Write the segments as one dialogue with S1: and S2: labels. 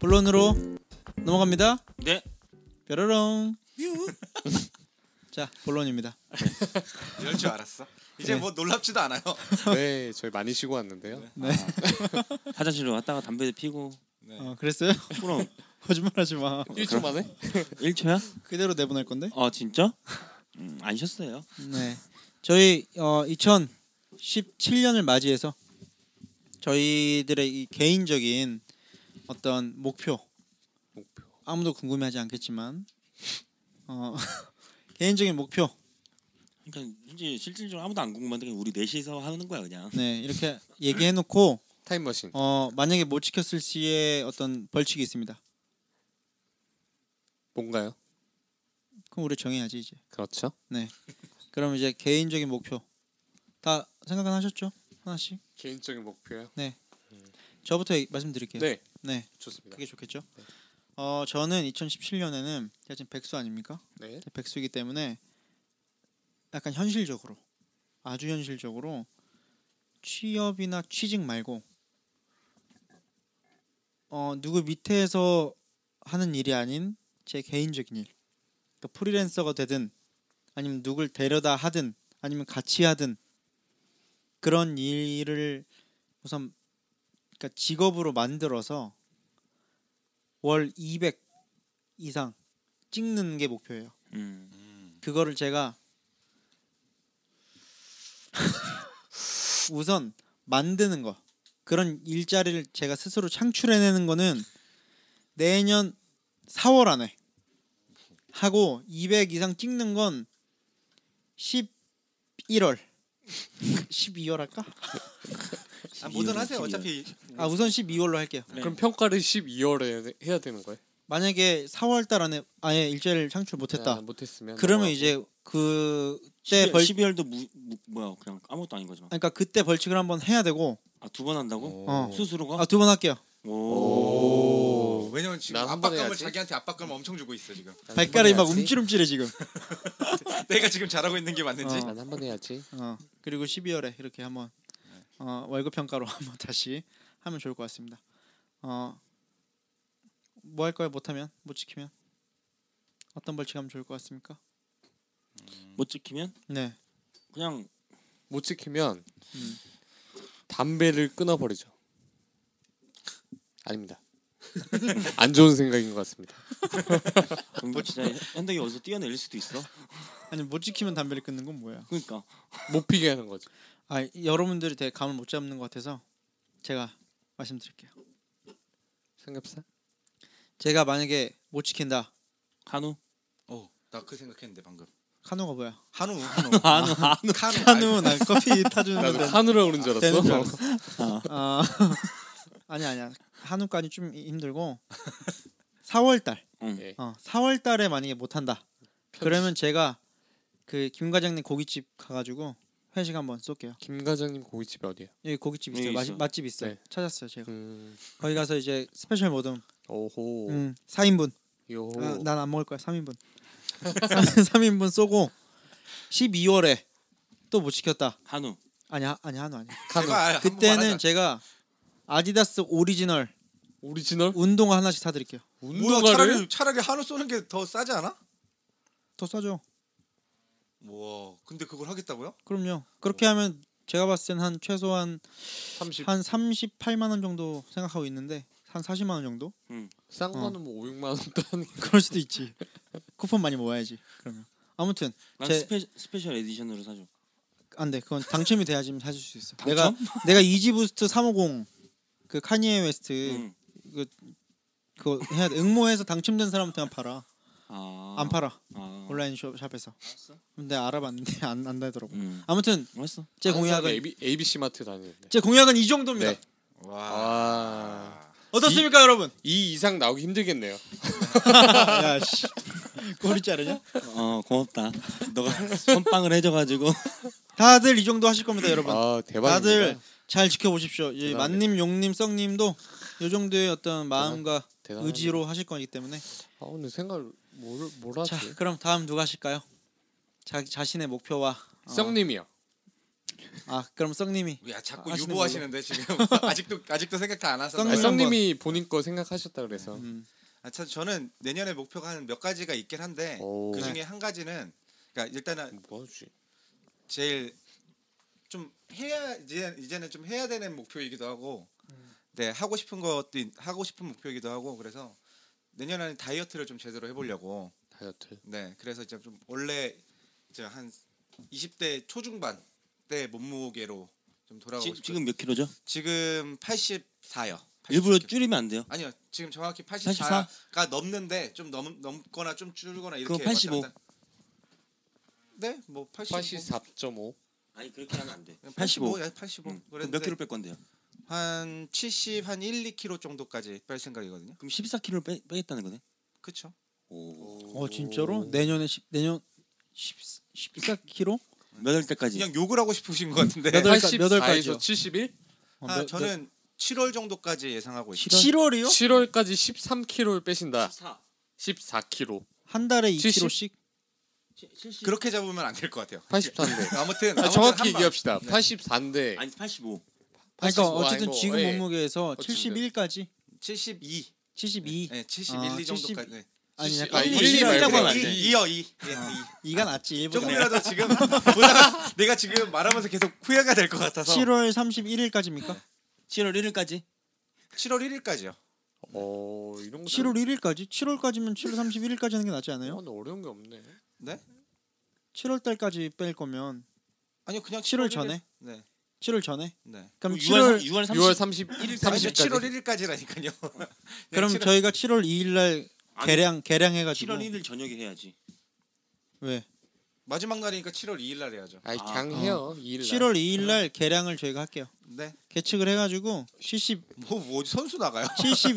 S1: 결론으로 넘어갑니다.
S2: 네.
S1: 뾰로롱. 자 본론입니다.
S2: 이럴 줄 알았어. 이제 뭐 놀랍지도 않아요.
S3: 네, 저희 많이 쉬고 왔는데요.
S1: 네.
S4: 화장실로 갔다가 담배도 피고
S1: 어, 그랬어요?
S4: 그럼
S1: 거짓말하지 마.
S3: 일주 만에?
S4: 1초야?
S1: 그대로 내보낼 건데.
S4: 어 진짜? 음, 안 쉬었어요.
S1: 네. 저희 어, 2017년을 맞이해서 저희들의 이 개인적인 어떤 목표, 아무도 궁금해하지 않겠지만 어, 개인적인 목표
S4: 그러니까 솔직히 실질적으로 아무도 안 궁금한데 그냥 우리 넷이서 하는 거야 그냥.
S1: 네 이렇게 얘기해놓고
S3: 타임머신.
S1: 어, 만약에 못 지켰을 시에 어떤 벌칙이 있습니다.
S3: 뭔가요?
S1: 그럼 우리 정해야지 이제.
S3: 그렇죠.
S1: 그럼 이제 개인적인 목표 다 생각은 하셨죠? 하나씩.
S3: 개인적인 목표요.
S1: 저부터 얘기- 말씀드릴게요.
S3: 네,
S1: 네.
S3: 좋습니다.
S1: 그게 좋겠죠. 어 저는 2017년에는 제가 지금 백수 아닙니까?
S3: 네.
S1: 백수이기 때문에 약간 현실적으로 아주 현실적으로 취업이나 취직 말고 어 누구 밑에서 하는 일이 아닌 제 개인적인 일. 그러니까 프리랜서가 되든 아니면 누굴 데려다 하든 아니면 같이 하든 그런 일을 우선 그러니까 직업으로 만들어서 월 200 이상 찍는 게 목표예요.
S4: 음.
S1: 그거를 제가 우선 만드는 거 그런 일자리를 제가 스스로 창출해내는 거는 내년 4월 안에 하고 200 이상 찍는 건 11월 12월 할까?
S2: 아, 뭐든 하세요. 어차피
S1: 아 우선 12월로 할게요.
S4: 네.
S3: 그럼 평가를 12월에 해야 되는 거예요?
S1: 만약에 4월 달 안에 아예 일자리를 창출 못했다.
S3: 아, 못했으면.
S1: 그러면
S3: 넘어가고.
S1: 이제 그때
S4: 12,
S1: 벌
S4: 12월도 무, 무, 뭐야 그냥 아무것도 아닌 거잖아.
S1: 아니, 그러니까 그때 벌칙을 한번 해야 되고
S4: 아 두 번 한다고?
S1: 어.
S4: 스스로가?
S1: 아 두 번 할게요.
S4: 오.
S2: 어, 왜냐면 지금
S3: 난한번
S2: 압박감을
S3: 해야지.
S2: 자기한테 압박감을 엄청 주고 있어 지금.
S3: 난
S1: 발가락이 막
S3: 한번 해야지.
S1: 움찔움찔해 지금.
S2: 내가 지금 잘하고 있는 게 맞는지.
S1: 어.
S3: 난 한 번 해야지.
S1: 어. 그리고 12월에 이렇게 한번 어, 월급 평가로 한번 다시 하면 좋을 것 같습니다. 어. 뭐 할 거예요? 못하면 못 지키면 어떤 벌칙 하면 좋을 것 같습니까?
S4: 못 지키면
S1: 네.
S4: 그냥
S3: 못 지키면
S1: 음.
S3: 담배를 끊어버리죠. 아닙니다. 안 좋은 생각인 것 같습니다.
S4: 그럼 진짜 현덕이 어디서 뛰어내릴 수도 있어.
S1: 아니 못 지키면 담배를 끊는 건 뭐야?
S4: 그러니까
S3: 못 피게 하는 거죠.
S1: 아 여러분들이 되게 감을 못 잡는 것 같아서 제가 말씀드릴게요.
S3: 삼겹살?
S1: 제가 만약에 못 지킨다.
S4: 한우
S2: 어, 나 그 생각했는데 방금.
S1: 한우가 뭐야?
S2: 한우, 아, 한우,
S4: 한우
S2: 카누,
S1: 한우 난 커피 타주는
S3: 나도
S1: 데
S3: 한우라 그런 줄
S1: 되는 줄
S3: 알았어.
S1: 알았어. 아, 아니 아니야. 한우까지 좀 힘들고 4월 달.
S4: 응.
S3: 예.
S1: 어, 4월 달에 만약에 못 한다. 그러면 제가 그 김 과장님 고깃집 가 가지고 회식 한번 쏠게요.
S3: 김 과장님 고깃집 어디야?
S1: 여기 고깃집
S4: 여기
S1: 있어요. 맛,
S4: 있어.
S1: 맛집 있어요.
S3: 네.
S1: 찾았어요, 제가.
S3: 음,
S1: 거기 가서 이제 스페셜 모듬.
S3: 오호.
S1: 음, 아, 4인분.
S3: 요.
S1: 난 안 먹을 거야. 3인분. 3인분 쏘고 12월에 또 못 지켰다.
S4: 한우
S1: 아니, 하- 아니, 한우 아니.
S2: 제발 한번
S1: 그때는
S2: 말하자.
S1: 제가 아디다스 오리지널
S3: 오리지널
S1: 운동화 하나씩 사 드릴게요.
S2: 뭐야
S3: 운동화를
S2: 차라리 차라리 한우 쏘는 게 더 싸지 않아?
S1: 더 싸죠.
S2: 와, 근데 그걸 하겠다고요?
S1: 그럼요. 그렇게 하면 제가 봤을 땐 한 최소한
S3: 30.
S1: 한 38만 원 정도 생각하고 있는데 한 40만 원 정도?
S3: 싼
S1: 어.
S3: 거는 뭐 5, 6만 원도 안
S1: 그럴 수도 있지. 쿠폰 많이 모아야지. 그러면 아무튼
S4: 난
S1: 제-
S4: 스페, 스페셜 에디션으로 사줘.
S1: 안 돼. 그건 당첨이 돼야지 사줄 수 있어. 내가
S4: 당첨?
S1: 내가 이지부스트 350 그 카니에 웨스트
S4: 응.
S1: 그거 해야 돼. 응모해서 당첨된 사람한테만 팔아.
S4: 아.
S1: 안 팔아.
S4: 아.
S1: 온라인 숍, 샵에서. 근데 알아봤는데 안 안 되더라고.
S4: 음.
S1: 아무튼
S4: 멋있어.
S1: 제
S3: 하는 사람이
S1: 공약은
S3: AB, ABC 마트 다니는데.
S1: 제 공약은 이 정도입니다.
S3: 네.
S2: 와,
S3: 아.
S1: 어떻습니까, 여러분?
S3: 이 이상 나오기 힘들겠네요.
S1: 야 씨. 꼬리 자르냐?
S4: 어 고맙다. 너가 선빵을 해줘가지고
S1: 다들 이 정도 하실 겁니다, 여러분.
S3: 아, 대박입니다.
S1: 다들 잘 지켜보십시오. 예,
S3: 대단합니다.
S1: 만님, 용님, 썩님도 요 정도의 어떤 마음과
S3: 대단합니다.
S1: 의지로 하실 거기 때문에
S3: 아, 오늘 생각 뭘 뭐라
S1: 자
S3: 하지?
S1: 그럼 다음 누가 하실까요? 자 자신의 목표와 어,
S3: 썩님이요.
S1: 아 그럼 썩님이
S2: 야 자꾸
S1: 하시는
S2: 유보하시는데 지금 아직도 아직도 생각 다 안
S1: 썸-
S2: 하셨나요?
S3: 아니,
S1: 썸-
S3: 썸님이 본인 거 생각하셨다 그래서
S1: 음,
S2: 아, 참 저는 내년에 목표가 한 몇 가지가 있긴 한데
S3: 오.
S2: 그 중에 한 가지는 그러니까 일단은
S3: 뭐지?
S2: 제일 좀 해야 이제 이제는 좀 해야 되는 목표이기도 하고
S4: 음.
S2: 네 하고 싶은 것도 있- 하고 싶은 목표이기도 하고 그래서 내년 안에 다이어트를 좀 제대로 해보려고
S3: 다이어트.
S2: 네 그래서 이제 좀 원래 이제 한 20대 초중반 때 몸무게로 좀 돌아가고
S4: 지,
S2: 싶어요.
S4: 지금 몇 킬로죠?
S2: 지금 84요.
S4: 일부러 줄이면 안 돼요.
S2: 아니요 지금 정확히
S4: 84?
S2: 84가 넘는데 좀 넘, 넘거나 좀 줄거나 이렇게
S4: 그거 85.
S2: 왔다 갔다. 네, 뭐 85.
S3: 84.5.
S4: 아니 그렇게 하면 안 돼.
S2: 85, 야 85.
S4: 음, 그럼
S2: 어, 그랬는데
S4: 몇 킬로 뺄 건데요?
S2: 한 70, 한 1, 2 킬로 정도까지 뺄 생각이거든요.
S4: 그럼 14킬로 빼, 빼겠다는 거네.
S2: 그렇죠?
S4: 오.
S1: 어 진짜로 내년에 10, 내년 10, 14kg?
S4: 몇 월 때까지?
S2: 그냥 욕을 하고 싶으신 것 같은데.
S1: 몇 월- 몇
S3: 84에서
S1: 월까지요?
S3: 71?
S1: 어,
S2: 아,
S1: 몇- 몇-
S2: 저는 7월 정도까지 예상하고 있어요.
S1: 7월이요?
S3: 7월까지 13kg를 빼신다.
S4: 14.
S3: 14kg.
S1: 한 달에
S3: 70?
S1: 2kg씩?
S2: 그렇게 잡으면 안 될 것 같아요.
S3: 84인데.
S2: 아무튼,
S3: 아,
S2: 아무튼
S3: 정확히
S2: 한 방.
S3: 얘기합시다.
S2: 네.
S3: 84인데.
S4: 아니 85.
S1: 아니, 그러니까 어쨌든 지금
S3: 예.
S1: 몸무게에서
S3: 어쨌든.
S1: 71까지
S2: 72.
S1: 72
S2: 네, 71,
S1: 아,
S2: 2 정도까지. 네.
S1: 아니
S3: 칠십-
S1: 약간
S3: 아니,
S1: 일이
S3: 일이
S1: 있다고 하면
S3: 말고
S1: 안 돼.
S3: 이-
S2: 2요 2. 예, 2.
S1: 이가 낫지 일보다.
S2: 조금이라도 지금 보다 내가 지금 말하면서 계속 후회가 될 것 같아서
S1: 7월 31일까지입니까?
S4: 7월 1일까지.
S2: 7월 1일까지요.
S3: 어, 이런 거.
S1: 7월 1일까지? 7월까지면 7월 31일까지 하는 게 낫지
S3: 아,
S1: 않아요?
S3: 근데 어려운 게 없네.
S2: 네?
S1: 7월 달까지 뺄 거면
S2: 아니요 그냥
S1: 7월
S2: 7월
S1: 전에
S2: 네.
S1: 7월 전에
S2: 네.
S1: 그럼
S4: 6월
S1: 7월
S4: 6월
S3: 6월
S4: 30.
S3: 31일
S2: 30,
S3: 30까지.
S2: 7월 1일까지라니까요. 네,
S1: 그럼 저희가 7월 2일날
S4: 네, 아니,
S1: 개량 개량해
S4: 7월
S1: 가지고
S4: 1일 저녁에 해야지.
S1: 왜
S2: 마지막 날이니까 7월 2일 날 해야죠.
S3: 아이
S4: 아,
S3: 그냥 해요. 2일
S1: 7월
S4: 네.
S1: 2일날 개량을 저희가 할게요.
S2: 네.
S1: 계측을 해가지고 70
S2: 뭐, 뭐 선수 나가요?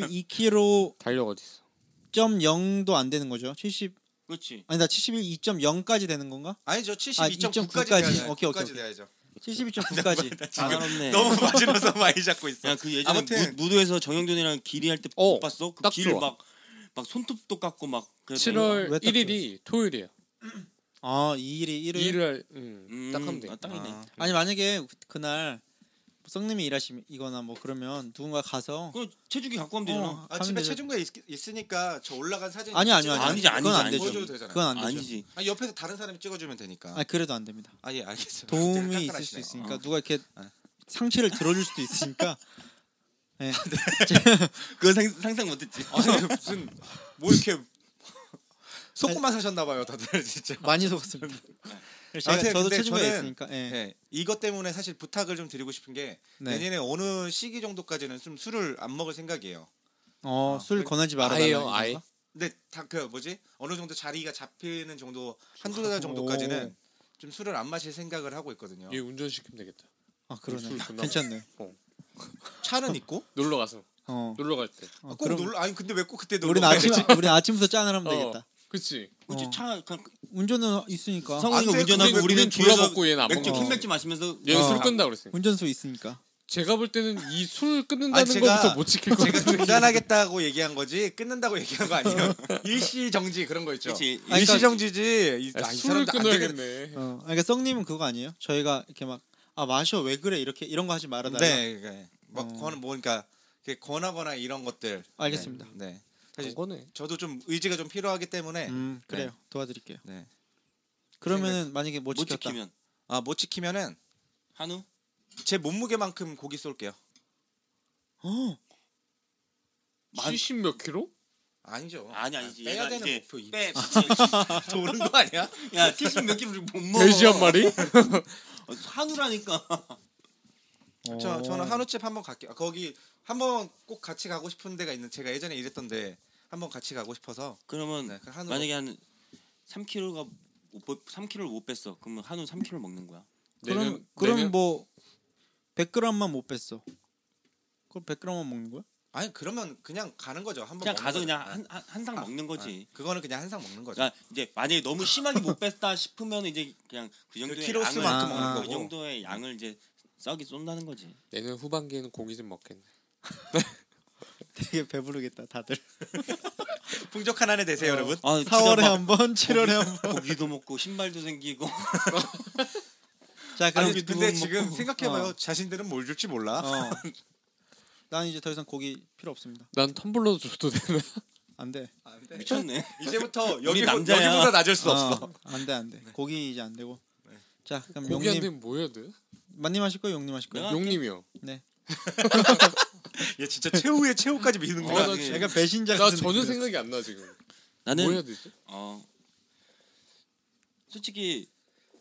S1: 72kg
S3: 달력 어디 있어?
S1: 점 0도 안 되는 거죠? 70
S4: 그렇지.
S1: 아니 나 71 2.0까지 되는 건가?
S2: 아니죠.
S1: 아,
S2: 72.9까지
S1: 72.9까지.
S2: 돼야죠.
S1: 오케이, 오케이,
S2: 9까지
S1: 오케이.
S2: 돼야죠.
S1: 72.9까지.
S4: 까다롭네.
S2: 너무 마지노선 많이 잡고 있어.
S4: 아, 야
S2: 요
S4: 그 예전에
S2: 아무튼
S4: 무, 무도에서 정영돈이랑 길이 할 때
S3: 어,
S4: 못 봤어? 그
S3: 딱
S4: 길
S3: 좋아.
S4: 막 막 손톱도 깎고 막 그랬던 거.
S1: 왜
S3: 7월
S1: 딱
S3: 1일이 토요일이에요.
S1: 아 2일이 1일.
S3: 2일날 음,
S4: 음,
S3: 딱 하면 돼.
S4: 아, 딱이네.
S2: 아,
S1: 아니 만약에 그- 그날 뭐 성님이 일하시거나 뭐 그러면 누군가 가서
S4: 그럼 체중계 갖고 가면 되잖아.
S1: 어,
S2: 아,
S1: 가면
S2: 집에
S1: 되죠.
S2: 체중계 있, 있으니까 저 올라간 사진
S1: 아니 아니요
S2: 찍어서
S1: 아니요
S4: 아니지,
S1: 그건 안
S4: 아니지,
S1: 되죠.
S2: 보여줘도 되잖아요.
S1: 그건 안 되죠.
S4: 아니지.
S2: 아니, 옆에서 다른 사람이 찍어주면 되니까.
S1: 아 그래도 안 됩니다.
S2: 아 어. 예 알겠어요.
S1: 도움이 있을 수 있으니까 누가 이렇게
S2: 네.
S1: 상체를 들어줄 수도 있으니까
S4: 그건 상, 상상 못했지.
S2: 아니 무슨 뭐 이렇게 속고만 사셨나 봐요 다들 진짜.
S1: 많이 속았습니다. 그래서
S2: 네. 아무튼
S1: 제가 저도
S2: 근데
S1: 체중이
S2: 저는-
S1: 있으니까 예.
S2: 네. 이것 때문에 사실 부탁을 좀 드리고 싶은 게
S1: 네.
S2: 내년에 어느 시기 정도까지는 좀 술을 안 먹을 생각이에요.
S1: 어, 술 권하지 말아라.
S3: 아예요,
S1: 이런
S3: 아예.
S1: 건가?
S2: 근데 다 그 뭐지 어느 정도 자리가 잡히는 정도 한두달 정도까지는 좀 술을 안 마실 생각을 하고 있거든요.
S3: 얘 운전시키면 되겠다.
S1: 아 그러네.
S3: 술 존나
S1: 괜찮네.
S2: 차는 있고
S3: 놀러 가서
S1: 어.
S3: 놀러 갈 때.
S1: 어,
S2: 꼭 놀. 아니 근데 왜 꼭 그때 놀러
S1: 우리
S2: 가야
S1: 아침
S2: 되지?
S1: 우리 아침부터 짠을 하면
S3: 어,
S1: 되겠다.
S3: 그치.
S4: 그치
S1: 어.
S4: 차 그냥
S1: 운전은 있으니까.
S2: 성-
S4: 성훈이가
S2: 안 돼,
S4: 운전하고
S2: 근데
S4: 우리는
S3: 우리는 졸라
S4: 뒤에서
S3: 먹고 얘는 안
S4: 맥주
S1: 먹어.
S4: 캔맥주 아. 마시면서
S3: 얘는
S1: 어.
S3: 술 끈다 그랬으니까.
S1: 운전수 있으니까.
S3: 제가 볼 때는 이 술 끊는다는
S2: 아니, 제가-
S3: 것부터 못 지킬 것
S2: 제가
S3: 같은데.
S2: 중단하겠다고 얘기한 거지 끝낸다고 얘기한 거 아니에요. 일시 정지 그런 거 있죠.
S4: 그치.
S1: 아니,
S2: 일시 정지지. 이- 아,
S3: 아,
S2: 이
S3: 술을
S2: 사람들 안 되겠네.
S3: 끊어야겠네.
S1: 어. 아니, 그러니까 성님은 그거 아니에요? 저희가 이렇게 막 아 마셔 왜 그래 이렇게 이런 거 하지 말아달라.
S2: 네, 네. 막
S1: 어.
S2: 권은 뭐니까 그러니까 이렇게 권하거나 이런 것들.
S1: 알겠습니다.
S2: 네. 네. 사실
S3: 그런 거네.
S2: 저도 좀 의지가 좀 필요하기 때문에
S1: 음 그래요. 도와드릴게요.
S2: 네.
S1: 그러면은 만약에 못,
S4: 못
S1: 지켰다.
S4: 뭐 지키면
S2: 아 못 지키면은
S4: 한우
S2: 제 몸무게만큼 고기 쏠게요.
S1: 어.
S4: 만-
S3: 70 몇 킬로?
S2: 아니죠.
S4: 아니 아니지
S2: 아, 빼야
S4: 얘가
S2: 되는
S4: 이제
S2: 목표 이.
S4: 빼
S2: 도는 거 아니야?
S4: 네. 야, 70몇 킬로를 못 먹어.
S3: 돼지 한 마리?
S4: 어, 한우라니까.
S2: 저
S1: 어.
S2: 저는 한우집 한번 갈게요. 아, 거기 한번 꼭 같이 가고 싶은 데가 있는 제가 예전에 일했던데 한번 같이 가고 싶어서
S4: 그러면
S2: 네, 그 한우
S4: 음, 만약에 한 3kg가 3kg를 못 뺐어. 그러면 한우 3kg를 먹는 거야.
S2: 네,
S1: 그럼
S3: 내년-
S1: 그럼
S3: 내년-
S1: 뭐 100g만 못 뺐어. 그럼 100g만 먹는 거야?
S2: 아니 그러면 그냥 가는 거죠. 한번
S4: 그냥
S2: 먹는
S4: 가서
S2: 거죠.
S4: 그냥
S2: 네.
S4: 한 한 상
S2: 아,
S4: 먹는 거지.
S2: 네. 그거는 그냥 한 상 먹는 거죠.
S4: 그러니까 이제 만약에 너무 심하게 못 뺐다 싶으면 이제 그냥 그 정도의
S2: 키로수만큼
S4: 양을-
S1: 먹는
S4: 그
S2: 거고.
S4: 정도의 양을 이제 싸게 쏜다는 거지.
S3: 내년 후반기에는 고기 좀 먹겠네.
S1: 되게 배부르겠다 다들.
S2: 아, 풍족한 한 해 되세요, 여러분.
S4: 아,
S1: 4월에 한 번, 7월에 한 번.
S4: 고기도 먹고 신발도 생기고
S1: 자 그럼
S2: 아니 근데
S1: 두부
S2: 지금
S1: 먹고.
S2: 생각해봐요. 아.
S1: 어.
S2: 자신들은 뭘 줄지 몰라.
S1: 어. 난 이제 더 이상 고기 필요 없습니다.
S3: 난 텀블러도 줘도 되나?
S1: 안 돼.
S2: 안 돼.
S4: 미쳤네.
S2: 아, 이제부터
S4: 우리
S2: 여기
S4: 남자야.
S2: 여기보다 낮을 수 없어. 네.
S1: 안돼 안돼. 고기 이제 안 되고. 자 그럼
S3: 고기 안
S1: 용님
S3: 되면 뭐 해야 돼?
S1: 만님 하실 거예요? 용님 하실 거예요?
S4: 내가-
S3: 용님이요.
S1: 네.
S2: 얘 진짜 최후의 최후까지 믿는구나.
S3: 어, 나 지금-
S1: 약간 배신자
S3: 나
S1: 같은
S3: 전혀
S4: 그
S1: 느낌이었어.
S3: 생각이 안 나 지금. 뭐 해야
S4: 나는
S3: 되지?
S4: 어 솔직히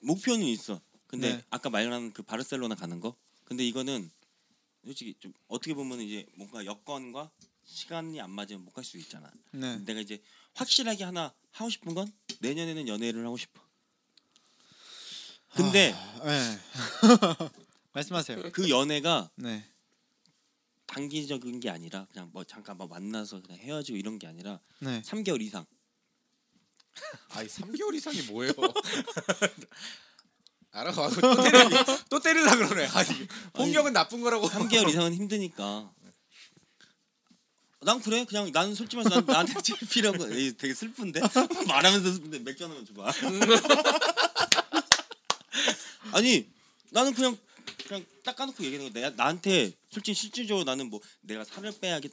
S4: 목표는 있어. 근데
S1: 네.
S4: 아까 말한 그 바르셀로나 가는 거. 근데 이거는 솔직히 좀 어떻게 보면 이제 뭔가 여건과 시간이 안 맞으면 못 갈 수 있잖아.
S1: 네.
S4: 내가 이제 확실하게 하나 하고 싶은 건 내년에는 연애를 하고 싶어. 근데
S1: 네. 말씀하세요.
S4: 그 연애가
S1: 네.
S4: 단기적인 게 아니라 그냥 뭐 잠깐 뭐 만나서 그냥 헤어지고 이런 게 아니라
S1: 네.
S4: 3개월 이상.
S2: 아니 3개월 이상이 뭐예요?
S3: 알아봐.
S2: 또 때리려 그러네. 아니 폭력은 나쁜 거라고.
S4: 3개월 이상은 힘드니까. 난 그래 그냥 난 솔직히 말해서 난, 나한테 제일 필요한 거 에이, 되게 슬픈데 말하면서 슬픈데 맥주 하나만 줘봐 아니 나는 그냥 그냥 딱 까놓고 얘기하는 거야 내가 나한테 솔직히 실질적으로 나는 뭐 내가 살을 빼야겠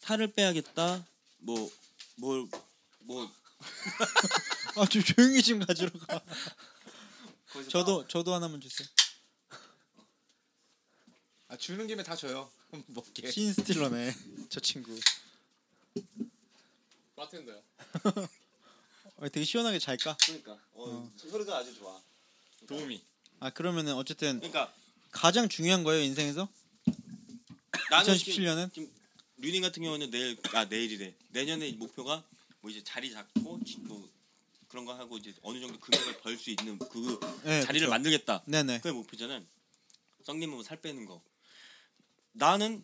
S4: 살을 빼야겠다 뭐뭘뭐 뭐,
S1: 아, 저 조용히 좀 가지러 가. 저도 저도 하나만 주세요.
S2: 아, 주는 김에 다 줘요. 먹게.
S1: 신스틸러네. 저 친구.
S3: 바텐더야.
S1: 아, 되게 시원하게 잘까?
S4: 그러니까 어, 소리가 아주 좋아
S2: 도움이.
S1: 아, 그러면은 어쨌든
S4: 그러니까
S1: 가장 중요한 거예요, 인생에서?
S4: 나는
S1: 2017년은?
S4: 지금 류닝 같은 경우는 내일 아 내일이래 내년에 목표가 뭐 이제 자리 잡고 지- 뭐 그런 거 하고 이제 어느 정도 금액을 벌 수 있는 그
S1: 네,
S4: 자리를
S1: 그쵸.
S4: 만들겠다
S1: 네, 네.
S4: 그게 목표잖아 썩님은 살 빼는 거 나는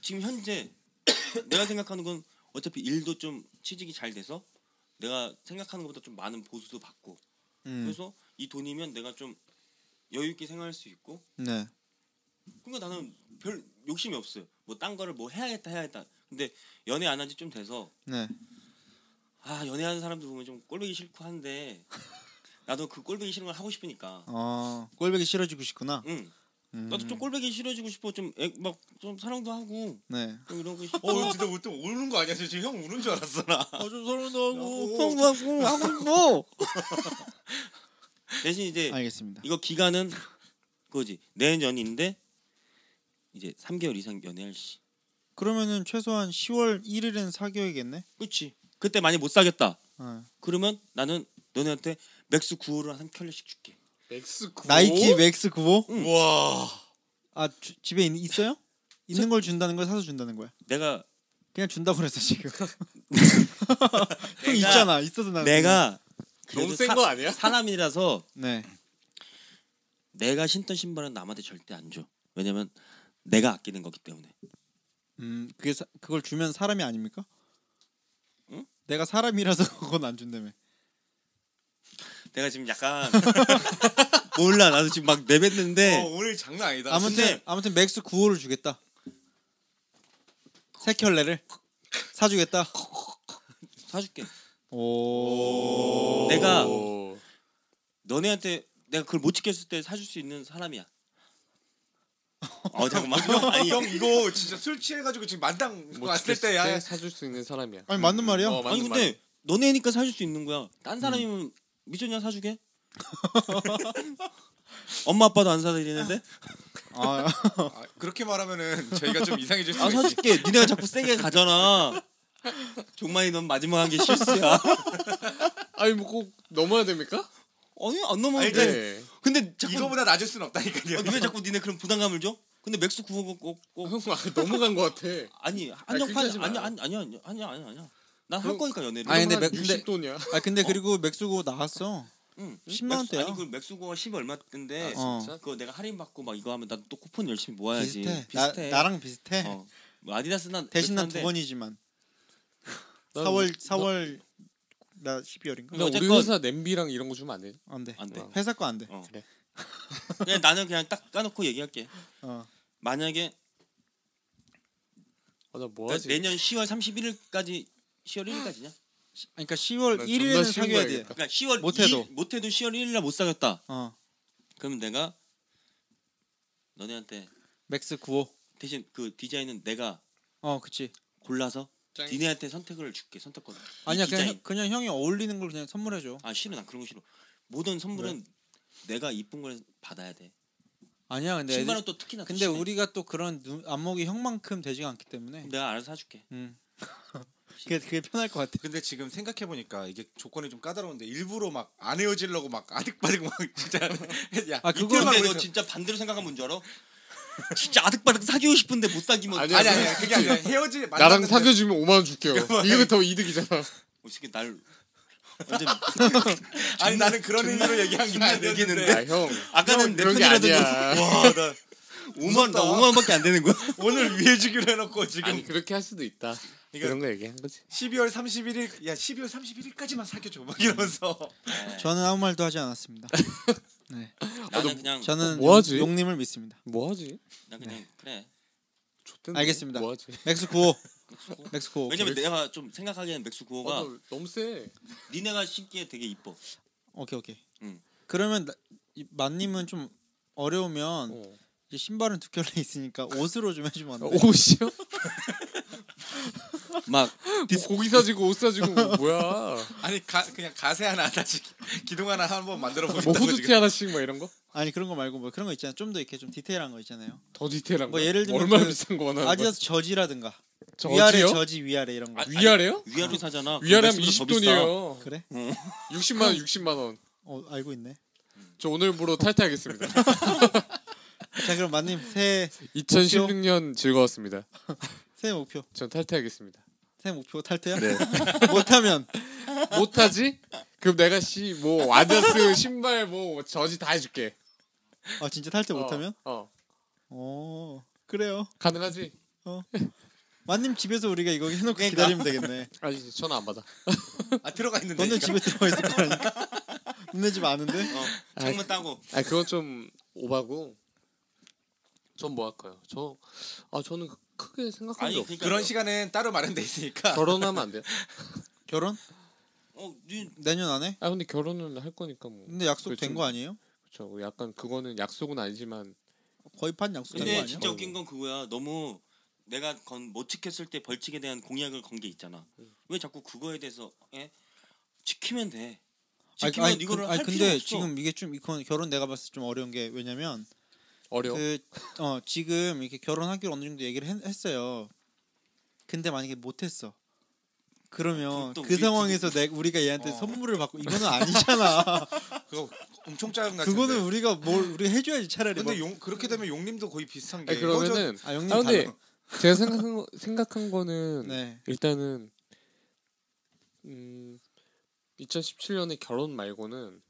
S4: 지금 현재 내가 생각하는 건 어차피 일도 좀 취직이 잘 돼서 내가 생각하는 것보다 좀 많은 보수도 받고
S1: 음.
S4: 그래서 이 돈이면 내가 좀 여유 있게 생활할 수 있고
S1: 네.
S4: 그러니까 나는 별 욕심이 없어요. 뭐 딴 거를 뭐 해야겠다 해야겠다. 근데 연애 안 한 지 좀 돼서
S1: 네.
S4: 아 연애하는 사람들 보면 좀 꼴보기 싫고 한데 나도 그 꼴보기 싫은 걸 하고 싶으니까.
S1: 어, 꼴배기 싫어지고 싶구나.
S4: 응.
S1: 음.
S4: 나도 좀 꼴보기 싫어지고 싶어. 좀 막 좀 사랑도 하고
S1: 네.
S4: 좀 이런 거 싶어.
S2: 어, 진짜 또 우는 거 아니야? 지금 형 우는 줄 알았어 나.
S1: 아좀 서운하고
S4: 하고 하고 싶어. 대신 이제
S1: 알겠습니다.
S4: 이거 기간은 그거지 내년인데 이제 3개월 이상 연애할 시.
S1: 그러면은 최소한 10월 1일엔 사귀어야겠네.
S4: 그렇지. 그때 많이 못 사겠다.
S1: 어.
S4: 그러면 나는 너네한테 맥스 9호를 한 켤레씩 줄게.
S3: 맥스 구.
S1: 나이키 맥스 95?
S2: 와.
S1: 아 주- 집에 있, 있어요? 있는 걸 준다는 걸 사서 준다는 거야.
S4: 내가
S1: 그냥 준다고 그랬어 지금. 형 있잖아. 있어서 나.
S4: 그러니까 내가
S3: 너무
S4: 그래도
S3: 센
S4: 사-
S3: 거 아니야?
S4: 사람이라서
S1: 네.
S4: 내가 신던 신발은 남한테 절대 안 줘. 왜냐면 내가 아끼는 거기 때문에.
S1: 음 그게 사, 그걸 주면 사람이 아닙니까?
S4: 응?
S1: 내가 사람이라서 그건 안 준다며.
S4: 내가 지금 약간 몰라. 나도 지금 막
S2: 어,
S4: 내뱉는데
S2: 오늘 장난 아니다.
S1: 아무튼
S4: 근데-
S1: 아무튼 맥스 9호를 주겠다. 세 켤레를 사주겠다.
S4: 사줄게.
S1: 오.
S4: 내가
S3: 오.
S4: 너네한테 내가 그걸 못 지켰을 때 사줄 수 있는 사람이야. 어 잠깐만. 아니
S2: 형 이거 진짜 술 취해가지고 지금 만당
S3: 뭐
S2: 왔을
S3: 왔을
S2: 때 야.
S3: 때 사줄 수 있는 사람이야.
S1: 아니 맞는 말이야.
S3: 어,
S4: 아니
S3: 맞는
S4: 근데
S3: 말.
S4: 너네니까 사줄 수 있는 거야. 딴 사람이면 미쳤냐 사주게? 엄마 아빠도 안 사드리는데?
S1: 아,
S2: 아, 그렇게 말하면은 저희가 좀 이상해질 수
S4: 아
S2: 있어.
S4: 사줄게. 니네가 자꾸 세게 가잖아. 정말이 넌 마지막 한 게 실수야.
S3: 아니 뭐꼭 넘어야 됩니까?
S4: 아니 안 넘어가는데.
S2: 아니,
S3: 네.
S4: 근데 자꾸
S2: 이거보다 낮을 순 없다니까요.
S4: 아니, 왜 자꾸 니네 그런 부담감을 줘? 근데 맥스 구호가 꼭, 꼭
S3: 형 아, 넘어간 거 같아.
S4: 아니
S3: 그렇게
S4: 한정판
S3: 하지 마.
S4: 아니 아니 아니 아니 아니 아니 아니 난할
S3: 그럼-
S4: 거니까 연애를.
S1: 아니, 근데
S3: 한
S1: 맥- 근데-
S3: 60돈이야.
S1: 아 근데 그리고 맥스 9호 나왔어.
S4: 응.
S1: 10만
S4: 맥스-
S1: 원대야.
S4: 아니 그 맥스 구호가 10 얼마인데.
S1: 어.
S4: 그거 내가 할인 받고 막 이거 하면 나도 또 쿠폰 열심히 모아야지.
S1: 비슷해. 나, 랑 비슷해.
S4: 어. 뭐 아디다스 난
S1: 대신 난 두
S4: 맥스인데
S1: 번이지만
S3: 난
S1: 4월
S3: 나-
S1: 4월 나 12월인가?
S3: 근데 우리
S4: 어쨌건-
S3: 회사 냄비랑 이런 거 주면 안 돼?
S1: 안 돼.
S4: 안 돼.
S1: 회사 거 안 돼.
S4: 어.
S3: 그래.
S4: 그냥 네, 나는 그냥 딱 까놓고 얘기할게.
S1: 어.
S4: 만약에
S3: 아, 나뭐
S4: 그러니까
S3: 하지?
S4: 내년 10월 31일까지 10월 1일까지냐?
S1: 그러니까 10월
S3: 난
S1: 1일에는
S3: 존나 쉬운
S1: 사귀어야 돼.
S3: 거야겠다.
S4: 그러니까 10월
S1: 못해도.
S4: 일- 못해도 10월 1일날 못 사겠다.
S1: 어.
S4: 그럼 내가 너네한테
S1: 맥스 9호.
S4: 대신 그 디자인은 내가
S1: 어, 그치.
S4: 골라서
S3: 짱.
S4: 니네한테 선택을 줄게 선택권. 이
S1: 아니야,
S4: 디자인.
S1: 그냥, 형- 그냥 형이 어울리는 걸 그냥 선물해줘.
S4: 아 싫어 난 그런 거 싫어. 모든 선물은 내가 이쁜 걸 받아야 돼.
S1: 아니야, 근데 애들-
S4: 신발은 또 특히나 또
S1: 네, 근데
S4: 심해.
S1: 우리가 또 그런 눈, 안목이 형만큼 되지가 않기 때문에.
S4: 내가 알아서 사줄게.
S1: 음. 그게 그게 편할 것 같아.
S2: 근데 지금 생각해 보니까 이게 조건이 좀 까다로운데 일부러 막 안 헤어지려고 막 아득바득 막 진짜 야
S1: 아,
S2: 이틀만
S1: 그건
S4: 근데
S2: 보이죠.
S4: 너 진짜 반대로 생각하면 뭔 줄 알아? 진짜 아득바득 사귀고 싶은데 못 사귀면
S3: 아니야.
S2: 아니 아니 그게 아니라 헤어지
S3: 나랑
S2: 만났는데-
S3: 사귀어주면 5만 원 줄게요. 이게 더 이득이잖아.
S4: 어떻게 날 완전
S2: 아니 나는 그런 의미로 얘기한 게
S4: 네.
S2: 아니었는데
S3: 아 형.
S4: 아까는
S3: 형은
S4: 내
S3: 그런 게
S4: 편이라도
S3: 아니야.
S4: 와나 5만 나
S2: 무섭다.
S4: 5만 원밖에 안 되는 거야.
S2: 오늘 위해 주기로 해놓고 지금
S3: 아니 그렇게 할 수도 있다.
S2: 이거-
S3: 그런 거 얘기한 거지.
S2: 12월 31일 야 12월 31일까지만 사귀어줘 막 이러면서
S1: 저는 아무 말도 하지 않았습니다. 네.
S4: 나는 그냥
S1: 저는
S3: 뭐 하지?
S1: 용, 용님을 믿습니다.
S3: 뭐하지?
S4: 나 그냥 그래.
S3: 좋던데.
S1: 알겠습니다.
S3: 뭐하지?
S1: 맥스 9호.
S4: 맥수 구호.
S1: 맥스 9호.
S4: 왜냐면 내가 좀 생각하기에는 맥수 구호가
S3: 아, 나 너무 세.
S4: 니네가 신기해 되게 이뻐.
S1: 오케이, 오케이.
S4: 응.
S1: 그러면 나- 이 만님은 좀 어려우면
S3: 어.
S1: 이제 신발은 두 켤레 있으니까 옷으로 좀 해주면 안 돼?
S3: 옷이요?
S4: 막
S3: 뭐 고기 사주고 옷 사주고 뭐 뭐야?
S2: 아니 가, 그냥 가세 하나 하나씩 기둥 하나 한번 만들어
S3: 뭐
S2: 보겠다고
S3: 후드티
S2: 지금
S3: 하나씩 막 이런 거?
S1: 아니 그런 거 말고 뭐 그런 거 있잖아. 좀 더 이렇게 좀 디테일한 거 있잖아요.
S3: 더 디테일한
S1: 뭐
S3: 거.
S1: 예를 들면
S3: 얼마나
S1: 그
S3: 비싼 거 원하는 거야?
S1: 아디다스 저지라든가
S3: 네, 뭐 저
S1: 위아래
S3: 어디요?
S1: 저지 위아래 이런 거.
S4: 아,
S3: 위아래요?
S4: 위아래 사잖아.
S3: 위아래 하면
S4: 그럼 맥스보다 더
S3: 20돈이에요.
S1: 그래?
S3: 60만 원, 60만 원.
S1: 어 알고 있네.
S3: 저 오늘부로 탈퇴하겠습니다.
S1: 자 그럼 만님 새해
S3: 2016년 즐거웠습니다.
S1: 새해 목표
S3: 전 탈퇴하겠습니다.
S1: 새해 목표 탈퇴야? 못하면
S3: 못하지? 그럼 내가 씨 뭐 아디다스 신발 뭐 저지 다 해줄게.
S1: 아 진짜 탈퇴
S3: 어,
S1: 못하면?
S3: 어
S1: 어 그래요.
S3: 가능하지?
S1: 만님 집에서 우리가 이거 해놓고 기다리면 되겠네.
S3: 아니 전화 안 받아.
S2: 아 들어가 있는데
S1: 너네 집에
S2: 그러니까.
S1: 들어와 있을 거니까. 너네 집 아는데?
S4: 비싸. 어, 창문 따고
S3: 아 그건 좀 오바고. 전 뭐 할까요? 저 아 저는 크게 생각한
S4: 아니
S3: 게 없어.
S4: 그러니까
S2: 그런 시간은 따로 마련돼 있으니까
S3: 결혼하면 안 돼요?
S1: 결혼?
S4: 어, 니
S1: 내년 안에?
S3: 아 근데 결혼은 할 거니까 뭐.
S4: 음.
S1: 근데 약속
S3: 그렇죠.
S1: 된 거 아니에요?
S3: 그렇죠. 약간 그거는 약속은 아니지만
S1: 거의 판 약속 된 거
S4: 근데
S1: 아니야?
S4: 네, 진짜 웃긴 건 그거야. 너무 내가 건 못 지켰을 때 벌칙에 대한 공약을 건 게 있잖아. 왜 자꾸 그거에 대해서 예? 지키면 돼. 지키면
S1: 그-
S4: 이거를
S1: 아니,
S4: 할
S1: 근데
S4: 필요 없어.
S1: 지금 이게 좀 이건 결혼 내가 봤을 때 좀 어려운 게 왜냐면
S3: 어려워.
S1: 그어 지금 이렇게 결혼하기로 어느 정도 얘기를 했, 했어요. 근데 만약에 못했어. 그러면
S4: 그럼 또
S1: 그
S4: 우리
S1: 상황에서 내, 우리가 얘한테
S2: 어.
S1: 선물을 받고 이거는 아니잖아.
S2: 그거 엄청 짜증 같은데
S1: 그거는 우리가 뭘 우리 해줘야지 차라리.
S2: 근데
S1: 막-
S2: 용 그렇게 되면 용님도 거의 비슷한 게 어,
S3: 아니, 그러면은
S1: 아 형님
S3: 아 근데
S4: 음,
S1: 달라.
S3: 제가 생각한 거, 생각한 거는
S1: 네.
S3: 일단은 음 2017년에 결혼 말고는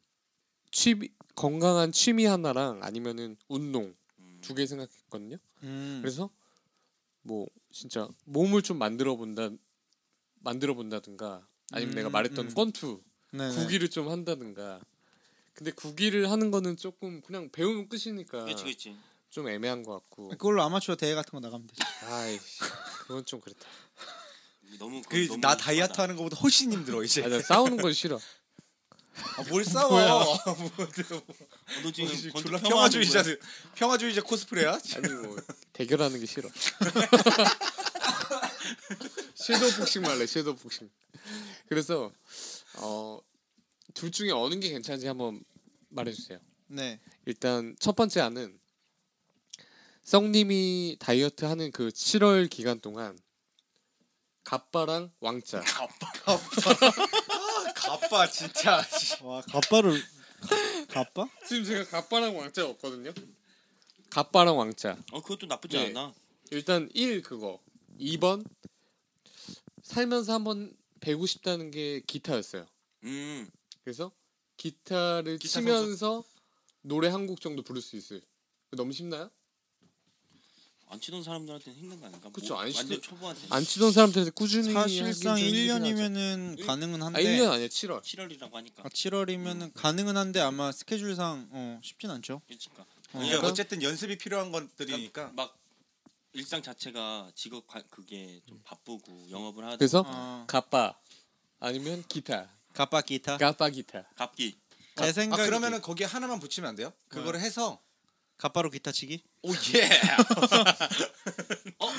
S3: 취미 건강한 취미 하나랑 아니면은 운동
S4: 음.
S3: 두 개 생각했거든요.
S1: 음.
S3: 그래서 뭐 진짜 몸을 좀 만들어 본다 만들어 본다든가 아니면
S1: 음,
S3: 내가 말했던
S1: 음.
S3: 권투
S1: 네네.
S3: 구기를 좀 한다든가 근데 구기를 하는 거는 조금 그냥 배우면 끝이니까
S4: 그렇지 그렇지.
S3: 좀 애매한 것 같고
S1: 그걸로 아마추어 대회 같은 거 나가면 되지.
S3: 아이씨 그건 좀 그렇다
S4: 너무 그건
S2: 그
S4: 너무
S2: 나 다이어트
S4: 심하다.
S2: 하는 것보다 훨씬 힘들어
S1: 네.
S2: 이제
S3: 아나 싸우는 건 싫어
S2: 아, 뭘 싸워
S3: 뭐야.
S2: 뭐,
S4: 어, 너
S2: 뭐,
S4: 지금
S2: 졸라
S4: 건축
S2: 평화주의자 그러니까
S4: 평화주의자.
S2: 평화주의자 코스프레야
S3: 아니 뭐 대결하는 게 싫어 섀도우 복싱 말래 섀도우 복싱 그래서 어 둘 중에 어느 게 괜찮은지 한번 말해주세요
S1: 네.
S3: 일단 첫 번째 안은 썽님이 다이어트 하는 그 7월 기간 동안 갑바랑 왕자
S2: 가빠 진짜
S1: 와 갑바를 갑바?
S3: 지금 제가 갑바랑 왕자가 없거든요 갑바랑 왕자
S4: 어 그것도 나쁘지
S3: 네.
S4: 않아.
S3: 일단 1 그거 2번 살면서 한번 배고 싶다는 게 기타였어요
S4: 음.
S3: 그래서 기타를
S4: 기타
S3: 치면서 노래 한 곡 정도 부를 수 있을 너무 쉽나요?
S4: 안 치던 사람들한테는 힘든 거 아닌가? 뭐
S3: 그쵸, 안
S4: 완전
S3: 치던-
S4: 초보한테
S3: 안 치던 사람들한테 꾸준히
S1: 사실상
S3: 하긴 좀 힘들긴 하죠.
S1: 1년이면은
S3: 일-
S1: 가능은 한데
S3: 아 1년 아니야 7월
S4: 7월이라고 하니까.
S1: 아, 7월이면은 가능은 한데 아마 스케줄상 어, 쉽진 않죠.
S4: 그러니까.
S2: 이게
S3: 약간-
S2: 어쨌든 연습이 필요한 것들이니까
S4: 막 일상 자체가 직업 관- 그게 좀 바쁘고 영업을 하다
S3: 그래서
S1: 어.
S3: 가빠 아니면 기타
S1: 가빠 기타.
S3: 가빠 기타
S4: 갑기
S1: 내 생각
S2: 아 그러면은 거기에 하나만 붙이면 안 돼요? 그거를 해서
S1: 가바로 기타 치기
S2: 오 예.
S4: 어?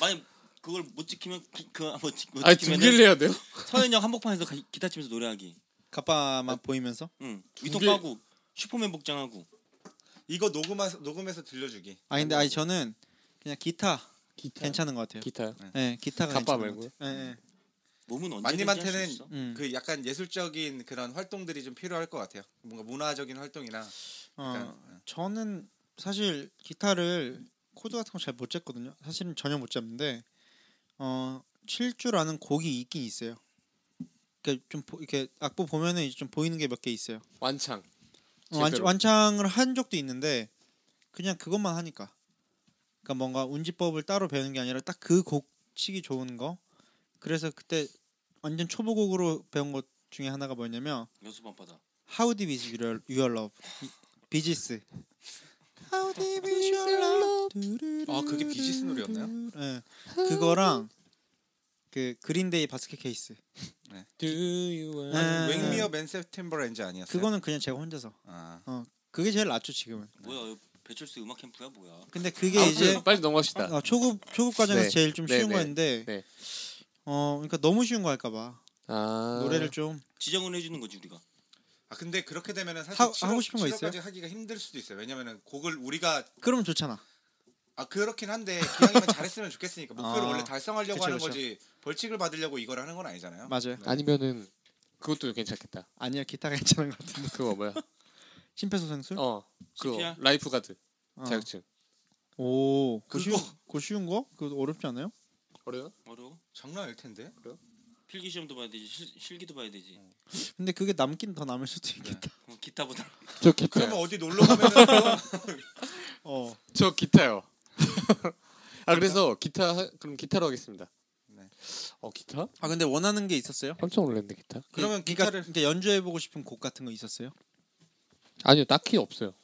S4: 만약 그걸 못 지키면 기- 그못 지- 못
S3: 아니 두 개를
S4: 지키면
S3: 해야 돼요?
S4: 서현역 한복판에서 가- 기타 치면서 노래하기.
S1: 가바만
S3: 네.
S1: 보이면서
S4: 응.
S3: 두
S4: 위통
S3: 개.
S4: 까고 슈퍼맨 복장하고.
S2: 이거 녹음해서 녹음해서 들려주기.
S1: 아 근데 아니 저는 그냥 기타
S3: 기타.
S1: 괜찮은 것 같아요
S3: 기타요.
S1: 네 기타가
S3: 가빠
S1: 괜찮은 것
S3: 말고요?
S1: 같아요. 네, 네.
S4: 몸은 언제든지
S2: 만님한테는
S4: 할수 있어.
S1: 음.
S2: 그 약간 예술적인 그런 활동들이 좀 필요할 것 같아요. 뭔가 문화적인 활동이나.
S1: 어,
S2: 약간,
S3: 그러니까.
S1: 저는 사실 기타를 코드 같은 거 잘 못 잡거든요. 사실은 전혀 못 잡는데 어, 칠 줄 아는 곡이 있긴 있어요. 그러니까 좀 보- 이렇게 악보 보면은 이제 좀 보이는 게 몇 개 있어요.
S3: 완창.
S1: 어, 완,
S3: 제대로.
S1: 완창을 한 적도 있는데 그냥 그것만 하니까. 그러니까 뭔가 운지법을 따로 배우는 게 아니라 딱 그 곡 치기 좋은 거. 그래서 그때 완전 초보곡으로 배운 것 중에 하나가 뭐냐면
S4: 연습 밤바다.
S1: How deep is your, your love? 비지스. How deep is your love?
S3: 어.
S2: 아, 그게 비지스 노래였나요?
S1: 네. 그거랑 그 그린데이 바스켓 케이스.
S3: Do you want
S1: 네.
S2: 웽미어맨 세템버 렌즈 아니었어요?
S1: 그거는 그냥 제가 혼자서.
S2: 아.
S1: 그게 제일 낫죠 지금은.
S4: 뭐야 이거 배철수 음악 캠프야 뭐야.
S1: 근데 그게
S3: 아무튼
S1: 이제
S3: 빨리 넘어갑시다.
S1: 아, 초급 초급 과정에서
S3: 네.
S1: 제일 좀
S3: 네,
S1: 쉬운
S3: 네.
S1: 거였는데.
S3: 네.
S1: 어, 그러니까 너무 쉬운 거 할까봐
S3: 아.
S1: 노래를 좀
S4: 지정을 해주는 거지 우리가.
S2: 아 근데 그렇게 되면은 사실
S1: 하-
S2: 하,
S1: 하고 싶은 거
S2: 까지 하기가 힘들 수도 있어요. 왜냐면은 곡을 우리가
S1: 그러면 좋잖아.
S2: 아 그렇긴 한데 기왕이면 잘했으면 좋겠으니까 목표를
S1: 아.
S2: 원래 달성하려고
S1: 그쵸,
S2: 하는
S1: 그쵸.
S2: 거지 벌칙을 받으려고 이걸 하는 건 아니잖아요.
S1: 맞아요.
S3: 아니면은 그것도 괜찮겠다.
S1: 아니야 기타가 괜찮은 것 같은데.
S3: 그거 뭐야?
S1: 심폐소생술.
S3: 어. 그거
S4: CPR?
S3: 라이프 가드
S1: 어.
S3: 자격증.
S1: 오, 그 쉬운,
S2: 그거-
S1: 그 쉬운 거? 그거 어렵지 않아요?
S3: 어려요?
S4: 어려워.
S2: 장난 아닐 텐데.
S4: 필기 시험도 봐야 되지 실, 실기도 봐야 되지.
S3: 어.
S1: 근데 그게 남긴 더 남을 수도 있겠다.
S4: 어, 기타보다.
S3: 저 기타.
S1: 뭐
S2: 그러면 어디 놀러 가면은
S1: 어.
S3: 저 기타요. 아 그래서 기타 하- 그럼 기타로 하겠습니다.
S2: 네.
S3: 어 기타?
S1: 아 근데 원하는 게 있었어요?
S3: 깜짝 놀랐는데 기타?
S2: 그러면
S1: 그러니까,
S2: 기타를-
S1: 그러니까 연주해 보고 싶은 곡 같은 거 있었어요?
S3: 아니요 딱히 없어요.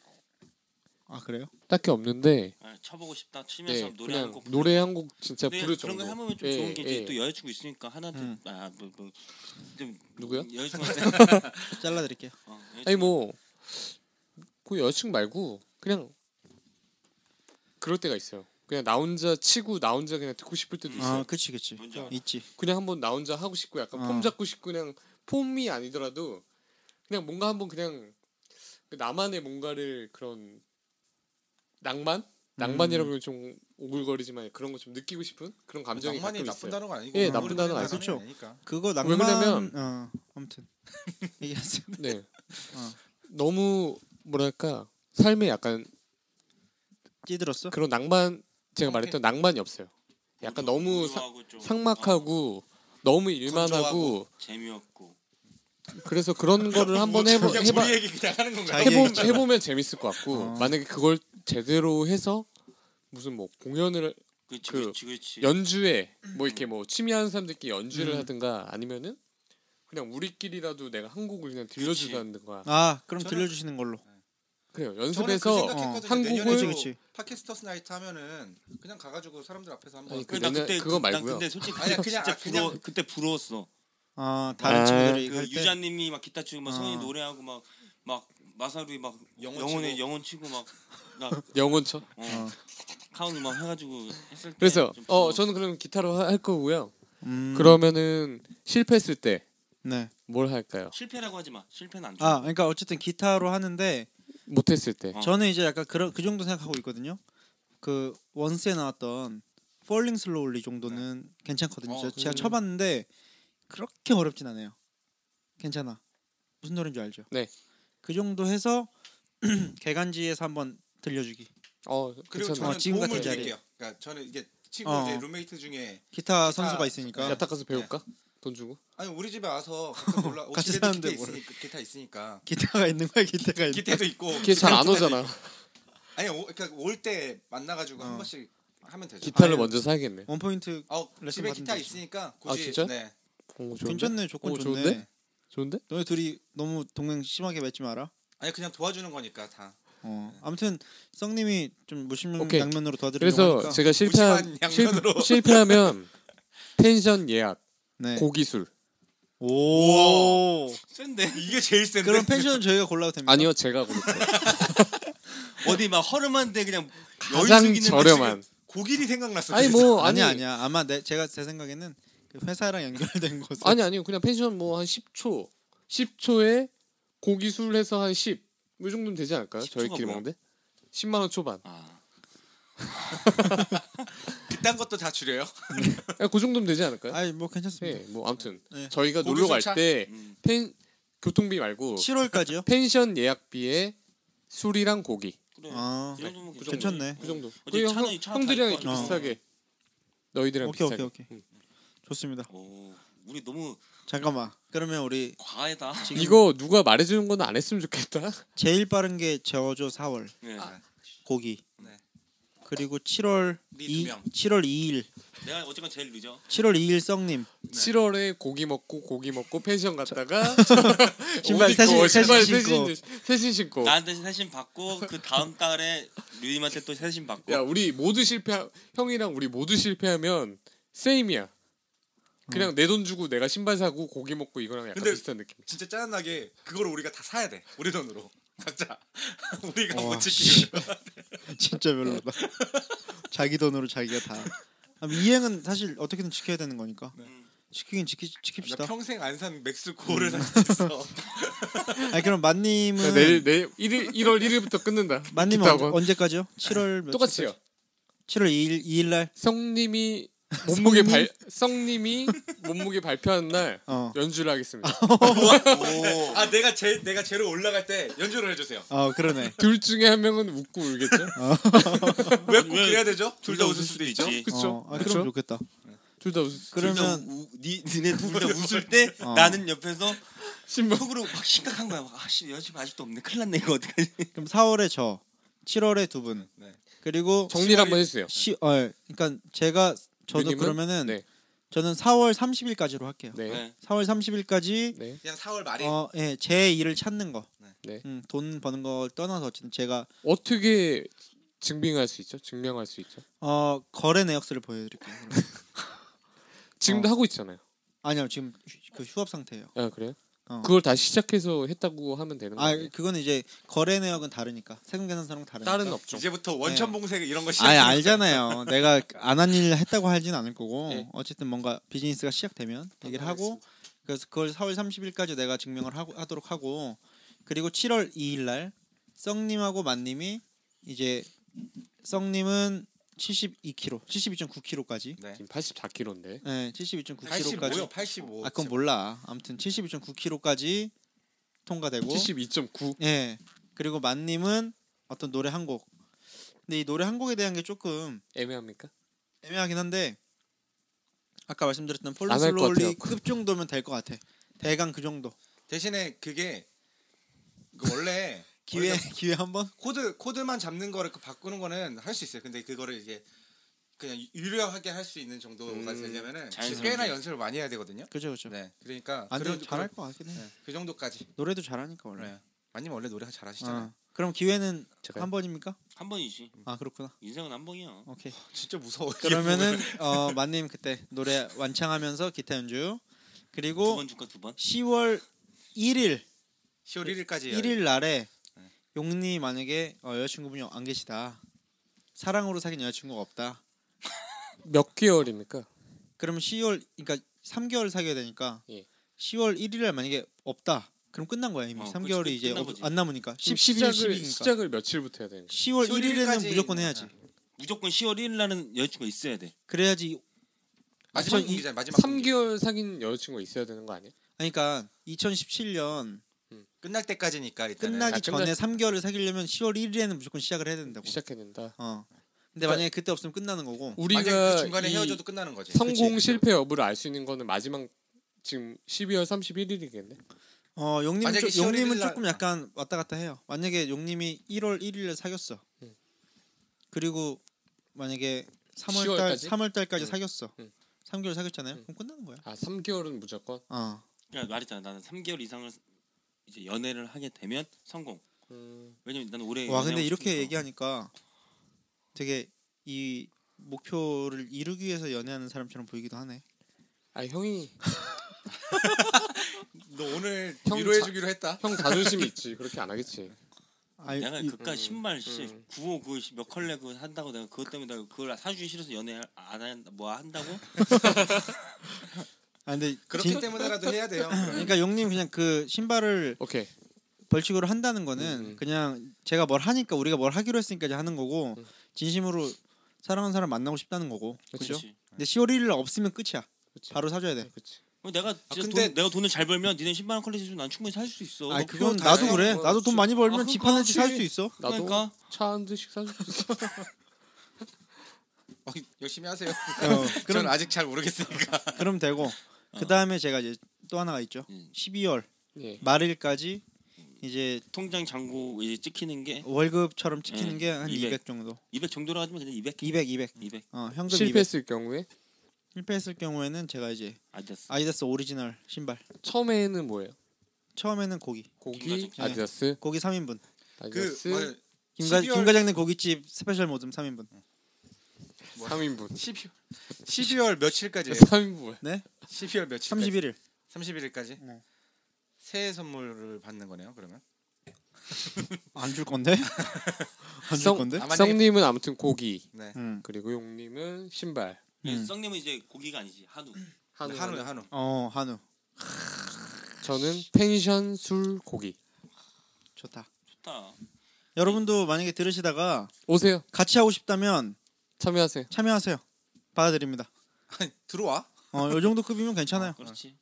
S1: 아 그래요?
S3: 딱히 없는데
S4: 아, 쳐보고 싶다 치면서
S3: 네,
S4: 노래
S3: 그냥
S4: 한곡
S3: 노래 한 곡 진짜
S4: 근데
S3: 부를
S4: 네, 그런
S3: 정도.
S4: 거 해보면 좀
S3: 예,
S4: 좋은 게 이제
S3: 예.
S4: 또 여자친구 있으니까 하나도
S1: 음.
S4: 아뭐뭐좀
S3: 누구요?
S4: 여자친구한테
S1: 잘라드릴게요.
S4: 어,
S3: 아니
S4: 여자친구
S3: 뭐그 그 여자친구 말고 그냥 그럴 때가 있어요. 그냥 나 혼자 치고 나 혼자 그냥 듣고 싶을 때도 있어요.
S1: 아 그치 그치
S4: 뭔지 알아.
S1: 있지.
S3: 그냥 한번 나 혼자 하고 싶고 약간
S1: 어.
S2: 아.
S3: 폼 잡고 싶고 그냥 폼이 아니더라도 그냥 뭔가 한번 그냥 그 나만의 뭔가를 그런 낭만 낭만이라고
S2: 음.
S3: 하면 좀 오글거리지만 그런 거 좀 느끼고 싶은 그런 감정이
S2: 낭만이
S3: 가끔
S2: 나쁜
S3: 있어요.
S2: 단어가 아니고
S3: 예,
S2: 아무리
S3: 나쁜 단어는
S2: 그래도
S1: 아니죠.
S2: 아니니까.
S1: 그거 낭만.
S3: 왜냐면-
S1: 어 아무튼 얘기하세요.
S3: 네.
S1: 어.
S3: 너무 뭐랄까 삶에 약간
S1: 찌들었어?
S3: 그런 낭만
S2: 오케이.
S3: 제가
S2: 음.
S3: 말했던 낭만이 없어요. 약간 너무 사-
S4: 우유하고 좀,
S3: 상막하고 너무 일만 하고
S2: 건조하고.
S4: 어, 재미없고 뭐
S3: 그래서 그런 거를 한번 해보
S2: 그냥
S3: 해봐
S2: 우리 얘기 그냥 하는 건가요?
S1: 자기
S3: 해보,
S1: 얘기처럼.
S3: 해보면 재밌을 것 같고
S1: 어.
S3: 만약에 그걸 제대로 해서 무슨 뭐 공연을
S4: 그렇지
S3: 그
S4: 그렇지 그렇지
S3: 연주회 뭐 이렇게 뭐 취미하는 사람들끼리 연주를
S1: 음.
S3: 하든가 아니면은 그냥 우리끼리라도 내가 한 곡을 그냥 들려주다든가
S1: 아 그럼
S2: 저는-
S1: 들려주시는 걸로.
S3: 그래요
S2: 저는 그
S3: 연습해서
S2: 생각했거든요.
S3: 어,
S2: 내년에
S3: 한국을-
S1: 그치,
S2: 또
S1: 그치.
S2: 팟캐스터스 나이트 하면은 그냥 가가지고 사람들 앞에서 한번
S3: 아니,
S4: 근데
S3: 그러면은 그거
S4: 난
S3: 말고요.
S4: 근데 솔직히
S2: 아니야,
S4: 그때
S2: 그냥-
S4: 진짜
S2: 아, 그냥- 예,
S4: 부러워 그때 부러웠어
S1: 아 다른
S3: 아,
S1: 친구들이
S4: 그
S1: 할 때.
S4: 유자님이 막 기타 치고 막 성이
S1: 어.
S4: 노래하고 막 막 마사루이 막
S2: 아. 영혼
S4: 영혼의
S2: 치고.
S4: 영혼 치고 막나
S3: 영혼처
S1: 어.
S4: 카운이 막 해가지고 했을 때
S3: 그래서
S2: 네.
S4: 좀
S3: 어
S4: 부러웠어.
S3: 저는 그럼 기타로 하- 할 거고요
S1: 음,
S3: 그러면은 실패했을 때 뭘
S1: 네.
S3: 할까요
S4: 실패라고 하지 마 실패는 안 좋아
S1: 아 그러니까 어쨌든 기타로 하는데
S3: 못했을 때
S4: 어.
S1: 저는 이제 약간 그런 그 정도 생각하고 있거든요. 그 원스에 나왔던 Falling Slowly 정도는 괜찮거든요.
S2: 어,
S1: 제가, 제가
S3: 그-
S1: 쳐봤는데 그렇게 어렵진 않아요. 괜찮아. 무슨 노래인지 알죠?
S3: 네.
S1: 그 정도 해서 개간지에서 한번 들려주기.
S3: 어,
S2: 그리고
S3: 괜찮아
S1: 어,
S2: 저는
S1: 지금 같은
S2: 도움을
S1: 자리.
S2: 드릴게요. 그러니까 저는 이게 친구
S1: 어.
S2: 이제 룸메이트 중에
S1: 기타,
S2: 기타
S1: 선수가 있으니까.
S3: 야탁 가서 배울까 돈 주고
S2: 아니 우리 집에 와서 각자 몰라
S1: 같이
S2: 집에도
S1: 사는데
S2: 기타
S1: 뭘.
S2: 있으니까 기타 있으니까
S1: 기타가 있는 거야, 기타가 있는.
S2: 기타도 있고
S3: 네. 기타 잘 안
S2: 기타도 있고.
S3: 오잖아
S2: 아니 오, 그러니까 올 때 만나가지고
S1: 어.
S2: 한 번씩 하면 되죠.
S3: 기타를 뭐
S1: 아니,
S3: 먼저 사야겠네
S1: 원 포인트
S2: 어
S1: 레슨
S2: 집에
S1: 받으면
S2: 기타
S1: 되죠.
S2: 있으니까 굳이
S3: 아, 진짜?
S2: 네.
S3: 오, 좋은데?
S1: 괜찮네. 조건
S3: 오,
S1: 좋네.
S3: 좋은데? 좋은데
S1: 너네 둘이 너무 동맹 심하게 맺지 마라.
S2: 아니 그냥 도와주는 거니까 다.
S1: 어. 아무튼 썩님이 좀 무심한
S3: 오케이.
S1: 양면으로 도와드리려고
S3: 그래서
S1: 하니까.
S3: 제가 실패한
S2: 무심한 양면으로.
S3: 실패하면 텐션 예약
S1: 네.
S3: 고기술
S1: 오.
S4: 센데
S2: 이게 제일 센데.
S1: 그럼 펜션은 저희가 골라도 됩니다.
S3: 아니요 제가 그렇죠.
S4: 어디 막 허름한데 그냥 여유
S3: 가장
S4: 있는
S3: 저렴한.
S2: 고길이 생각났어.
S3: 아니
S2: 그래서.
S3: 뭐
S1: 아니
S3: 아니 아니
S1: 아니야. 아마 내 제가 제 생각에는 그 회사랑 연결된 곳에
S3: 아니 아니요 그냥 펜션 뭐 한 10초 10초에 고기 술 해서 한10이 정도면 되지 않을까요?
S4: 10초 가
S3: 저희끼리
S4: 뭐야?
S3: 먹는데 10만 원 초반.
S4: 아,
S2: 비싼 것도 다 줄여요.
S3: 아, 그 정도면 되지 않을까요?
S1: 아니 뭐 괜찮습니다.
S3: 예, 뭐 아무튼
S1: 네.
S3: 저희가
S2: 고기
S3: 놀러 갈
S2: 술
S3: 때 펜
S4: 음.
S3: 교통비 말고
S1: 7월까지요?
S3: 펜션 예약비에 술이랑 고기
S4: 그래.
S1: 아.
S4: 이 정도면
S3: 그
S1: 괜찮네.
S3: 그 정도.
S4: 어차피
S3: 그리고
S4: 차는
S3: 형,
S4: 차는
S3: 형들이랑
S4: 다를 거
S3: 이렇게
S1: 아니야.
S3: 비슷하게 너희들이랑
S1: 오케이
S3: 비슷하게.
S1: 오케이 오케이. 좋습니다.
S4: 오, 우리 너무
S1: 잠깐만. 그러면 우리
S4: 과하다.
S1: 지금
S3: 이거 누가 말해주는 건 안 했으면 좋겠다.
S1: 제일 빠른 게 저조 4월
S4: 네.
S2: 아.
S1: 고기.
S2: 네.
S1: 그리고 7월
S2: 우리 두
S1: 2
S2: 명.
S1: 7월 2일
S4: 내가 어쨌건 제일 늦어.
S1: 7월 2일 썩님
S3: 7월에 고기 먹고 고기 먹고 펜션 갔다가
S1: 신발
S3: 옷 입고,
S1: 세신-
S3: 신발
S1: 세신 신고.
S3: 세신- 세신 신고.
S4: 나한테 세신 받고 그 다음 달에 류임한테 또 세신 받고.
S3: 야 우리 모두 실패 형이랑 우리 모두 실패하면 세임이야. 그냥
S1: 음.
S3: 내 돈 주고 내가 신발 사고 고기 먹고 이거랑 약간
S2: 근데-
S3: 비슷한 느낌.
S2: 진짜 짜증나게 그걸 우리가 다 사야 돼. 우리 돈으로 각자 우리가
S1: 와,
S2: 못 지키고.
S1: 진짜 별로다. 자기 돈으로 자기가 다. 아, 이행은 사실 어떻게든 지켜야 되는 거니까. 지키긴 지키
S2: 나
S1: 지킵시다. 음.
S2: 평생 안 산 맥스코를 살 수 있어.
S1: 아니 그럼 만님은
S3: 그러니까 내일 내일 1일 1월 1일부터 끊는다.
S1: 만님은
S3: 기타하고.
S1: 언제, 언제까지요? 7월 몇
S3: 똑같이요.
S1: 칠까지? 7월 2일 2일 날.
S3: 성님이 몸무게
S1: 성님?
S3: 발 성님이 몸무게 발표하는 날
S1: 어.
S3: 연주를 하겠습니다.
S4: 오.
S2: 아 내가 제 내가 제로 올라갈 때 연주를 해주세요.
S1: 어 그러네.
S3: 둘 중에 한 명은 웃고 울겠죠.
S2: 왜 꼭 그래야 되죠? 둘 다
S4: 둘다
S2: 웃을 수도 있죠.
S3: 그렇죠.
S1: 어, 아, 그럼 좋겠다.
S3: 둘다 웃을 수.
S1: 그러면
S4: 니 니네 둘 다 웃을 때
S1: 어.
S4: 나는 옆에서
S3: 신발
S4: 속으로 막 심각한 거야. 막, 아씨 여자친구 아직도 없네. 큰일 났네 이거 어떡하지?
S1: 그럼 4월에 저, 7월에 두 분.
S2: 네.
S1: 그리고
S3: 정리를 한번 해주세요.
S1: 시, 어, 그러니까 제가 저도
S3: 느낌은?
S1: 그러면은
S3: 네.
S1: 저는 4월 30일까지로 할게요.
S3: 네.
S4: 네.
S1: 4월 30일까지
S3: 네.
S2: 그냥 4월 말이
S1: 어, 예, 제 일을 찾는 거.
S3: 네.
S1: 음, 돈 버는 걸 떠나서 어쨌든 제가
S3: 어떻게 증빙할 수 있죠? 증명할 수 있죠?
S1: 어, 거래 내역서를 보여드릴게요. 그럼.
S3: 지금도
S1: 어.
S3: 하고 있잖아요.
S1: 아니요, 지금 휴, 그 휴업 상태예요.
S3: 아 그래요?
S1: 어.
S3: 그걸 다시 시작해서 했다고 하면 되는
S1: 아,
S3: 거예요?
S1: 그거는 이제 거래 내역은 다르니까 세금 계산서랑 다르니까.
S3: 다른 업종.
S2: 이제부터 원천 봉쇄 이런 거 시작.
S1: 네. 아니 알잖아요. 내가 안 한 일을 했다고 하진 않을 거고
S3: 예.
S1: 어쨌든 뭔가 비즈니스가 시작되면 얘기를 네. 하고 그래서 그걸 4월 30일까지 내가 증명을 하고, 하도록 하고 그리고 7월 2일 날 썩님하고 만님이 이제 썩님은 72kg, 72.9kg까지,
S2: 네.
S3: 지금 84kg인데
S1: 네,
S2: 85요.
S1: 72.9kg까지.
S2: 85.
S1: 아 그건 몰라. 아무튼 72.9kg까지 통과되고.
S3: 뭐? 72.9.
S1: 예. 그리고 만님은 어떤 노래 한 곡. 근데 이 노래 한 곡에 대한 게 조금
S3: 애매합니까?
S1: 애매하긴 한데 아까 말씀드렸던
S3: 안할것
S1: 폴로슬로리
S3: 같아요.
S1: 급 정도면 될 것 같아. 대강 그 정도.
S2: 대신에 그게 그 원래
S1: 기회
S2: 원래
S1: 기회 한번.
S2: 코드 코드만 잡는 거를 그 바꾸는 거는 할 수 있어요. 근데 그거를 이제 그냥 유려하게 할 수 있는 정도가
S3: 음,
S2: 되려면은
S4: 자연스럽게.
S2: 꽤나 연습을 많이 해야 되거든요.
S1: 그죠 그죠.
S2: 네. 그러니까
S1: 안
S2: 그런-
S1: 돼도 아, 잘할 음. 것 같긴 해.
S2: 네, 그 정도까지.
S1: 노래도 잘하니까 원래.
S2: 네. 만님 원래 노래 잘하시잖아요.
S1: 어. 그럼 기회는
S3: 제가요?
S1: 한 번입니까?
S4: 한 번이지.
S1: 아 그렇구나.
S4: 인생은 한 번이야.
S1: 오케이.
S2: 진짜 무서워.
S1: 아. 그러면은 어, 만님 그때 노래 완창하면서 기타 연주
S4: 두
S1: 그리고
S4: 번 줄까 두 번?
S1: 10월 1일
S2: 10월 1일까지
S1: 1일 날에
S2: 예, 네.
S1: 용님 만약에 어, 여자친구분이 안 계시다. 사랑으로 사귄 여자친구가 없다.
S3: 몇 개월입니까?
S1: 그러면 10월 그러니까 3개월 사귀어야 되니까
S3: 예.
S1: 10월 1일날 만약에 없다. 그럼 끝난 거야 이미
S4: 어,
S1: 3개월이
S4: 그치,
S1: 이제
S4: 끝난
S1: 없-
S4: 거지.
S1: 안 남으니까 10, 11,
S3: 시작을
S1: 12니까
S3: 시작을 며칠부터 해야 되는 거예요?
S1: 10월 1일에는
S2: 11일까지
S1: 무조건 해야지.
S4: 무조건 10월 1일 날은 여자친구가 있어야 돼.
S1: 그래야지
S2: 마지막
S1: 이-
S2: 공기잖아요. 마지막 공기.
S3: 3개월 사귄 여자친구가 있어야 되는 거 아니야?
S1: 아니, 그러니까 2017년
S2: 끝날 때까지니까 일단은
S1: 끝나기
S3: 아,
S1: 전에
S3: 끝날-
S1: 3개월을 사귀려면 10월 1일에는 무조건 시작을 해야 된다고.
S3: 시작해야 된다.
S1: 어. 근데
S3: 그러니까-
S1: 만약에 그때 없으면 끝나는 거고.
S2: 만약에
S3: 우리가
S2: 그 중간에
S3: 이
S2: 헤어져도 끝나는 거지.
S3: 성공
S1: 그치.
S3: 실패 여부를 알 수 있는 거는 마지막 지금 12월 31일이겠네.
S1: 어, 용님
S2: 만약에
S1: 조,
S2: 10월
S1: 용님은
S2: 일일 날-
S1: 조금 약간 왔다 갔다 해요. 만약에 용님이 1월 1일에 사귀었어.
S3: 음.
S1: 그리고 만약에 3월 달
S3: 10월까지?
S1: 3월 달까지
S3: 음.
S1: 사귀었어.
S3: 음.
S1: 3개월 사귀었잖아요.
S3: 음.
S1: 그럼 끝나는 거야.
S3: 아 3개월은 무조건.
S1: 어.
S4: 그냥 말했잖아. 나는 3개월 이상을 이제 연애를 하게 되면 성공.
S3: 음,
S4: 왜냐면 나는 올해
S1: 와,
S4: 연애하고
S1: 근데 이렇게
S4: 싶으니까.
S1: 얘기하니까 되게 이 목표를 이루기 위해서 연애하는 사람처럼 보이기도 하네.
S3: 아 형이
S2: 너 오늘
S3: 형 자-
S2: 위로해주기로 했다.
S3: 형 자존심이 있지. 그렇게 안 하겠지.
S1: 예, 아이,
S4: 내가
S1: 이-
S4: 그깟 신발 씨
S3: 음.
S4: 구호 그몇 컬레 그 한다고 내가 그것 때문에 내가 그걸 사주기 싫어서 연애 안 한다 뭐 한다고
S1: 아 근데
S2: 그렇기
S1: 진-
S2: 때문에라도 해야 돼요.
S1: 그러니까 용님 그냥 그 신발을
S3: 오케이.
S1: 벌칙으로 한다는 거는
S3: 음.
S1: 그냥 제가 뭘 하니까 우리가 뭘 하기로 했으니까 이제 하는 거고
S3: 음.
S1: 진심으로 사랑하는 사람 만나고 싶다는 거고 그죠?
S4: 그렇지.
S1: 근데 10월 1일 없으면 끝이야.
S3: 그치. 네,
S1: 바로 사줘야 돼.
S3: 그치.
S4: 어, 내가 진짜
S2: 근데-
S4: 돈, 내가 돈을 잘 벌면 니네 신발 한 컬레 주면 난 충분히 살 수 있어.
S1: 아
S4: 너
S1: 그건
S2: 그거
S1: 나도
S2: 다야.
S1: 그래.
S3: 그거
S1: 나도 돈
S3: 진짜-
S1: 많이 벌면
S4: 아,
S1: 집
S4: 그거
S1: 하나 씩 살 수
S4: 확실히-
S1: 있어.
S3: 나도
S4: 그러니까
S3: 차 한 대씩 사줄 수 있어.
S2: 어, 열심히 하세요.
S1: 어,
S2: 저는
S1: 그럼
S2: 아직 잘 모르겠으니까.
S1: 그럼 되고 그 다음에 제가 이제 또 하나가 있죠.
S4: 음.
S1: 12월
S3: 예.
S1: 말일까지 이제
S4: 통장 잔고 이제 찍히는 게 200
S1: 월급처럼 찍히는
S4: 음,
S1: 게 한 200.
S4: 200
S1: 정도.
S4: 정도로 하지만 그냥 200
S1: 200, 200.
S4: 200
S1: 어 현금 200.
S3: 실패했을 경우에
S1: 실패했을 경우에는 제가 이제
S4: 아디다스
S1: 아디다스 오리지널 신발.
S3: 처음에는 뭐예요?
S1: 처음에는 고기.
S3: 고기,
S4: 김가중.
S3: 아디다스,
S1: 고기 3인분.
S2: 네. 그
S3: 아디다스,
S2: 뭐,
S1: 김과
S2: 12월
S1: 김과장님 고깃집 스페셜 모듬 3인분.
S3: 3인분.
S2: 12월 12월 뭐. 며칠까지예요?
S3: 3인분.
S2: 12월 며칠?
S1: 31일.
S2: 31일까지.
S1: 네.
S2: 새해 선물을 받는 거네요. 그러면.
S1: 안 줄 건데? 안 줄 건데?
S2: 아마
S3: 성님은 아무튼 고기
S2: 네.
S1: 음.
S3: 그리고 용님은 신발.
S1: 음.
S4: 썩님은 이제 고기가 아니지 한우
S3: 한우,
S2: 한우 한우.
S1: 어, 한우.
S3: 저는 펜션 술 고기.
S1: 좋다.
S4: 좋다
S1: 여러분도 만약에 들으시다가
S3: 오세요.
S1: 같이 하고 싶다면
S3: 참여하세요.
S1: 참여하세요. 받아드립니다.
S2: 아니, 들어와.
S1: 어, 요 정도 급이면
S4: 어,
S1: 괜찮아요.
S4: 그렇지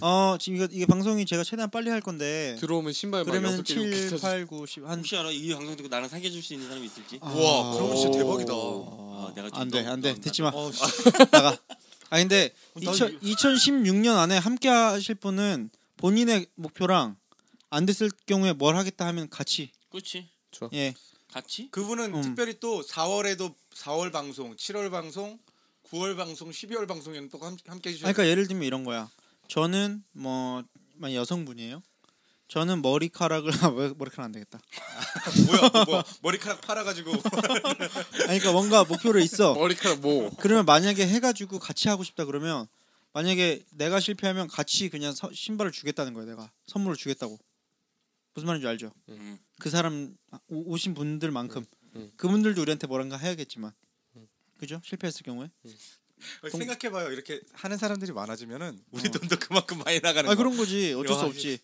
S1: 어, 지금 이거 이게 방송이 제가 최대한 빨리 할 건데
S3: 들어오면 신발 막
S1: 그러면
S3: 여섯 개
S1: 7,
S3: 이렇게 사
S1: 8, 9, 10 한.
S4: 혹시 알아 이 방송 듣고 나랑 사귀어 줄수 있는 사람이 있을지
S1: 아.
S2: 우와, 그러면 진짜 대박이다.
S4: 아, 내가 좀
S1: 안돼
S4: 너무
S1: 안돼 네,
S4: 너무
S1: 듣지 마
S2: 어, 씨. 어,
S1: 나가. 아 근데
S2: 나
S1: 2000, 2016년 안에 함께 하실 분은 본인의 목표랑 안 됐을 경우에 뭘 하겠다 하면 같이
S4: 그렇지
S1: 예
S4: 같이
S2: 그분은
S1: 음.
S2: 특별히 또 4월에도 4월 방송, 7월 방송, 9월 방송, 12월 방송에는 또 함- 함께 해주셔요.
S1: 아니, 그러니까 예를 들면 이런 거야. 저는 뭐 만약 여성분이에요. 저는 머리카락을 아, 왜 머리카락 안 되겠다.
S2: 뭐야, 뭐, 뭐야 머리카락 팔아가지고
S1: 아니 그러니까 뭔가 목표를 있어.
S3: 머리카락 뭐. 모.
S1: 그러면 만약에 해가지고 같이 하고 싶다 그러면 만약에 내가 실패하면 같이 그냥 서- 신발을 주겠다는 거야 내가 선물을 주겠다고 무슨 말인지 알죠?
S4: 음.
S1: 그 사람 오, 신 분들만큼
S3: 음, 음.
S1: 그분들도 우리한테 뭐란가 해야겠지만 그죠? 실패했을 경우에
S2: 생각해봐요. 이렇게 하는 사람들이 많아지면은 우리 돈도 그만큼 많이 나가는
S1: 아
S2: 거.
S1: 그런 거지 어쩔 수
S2: 야,
S1: 없지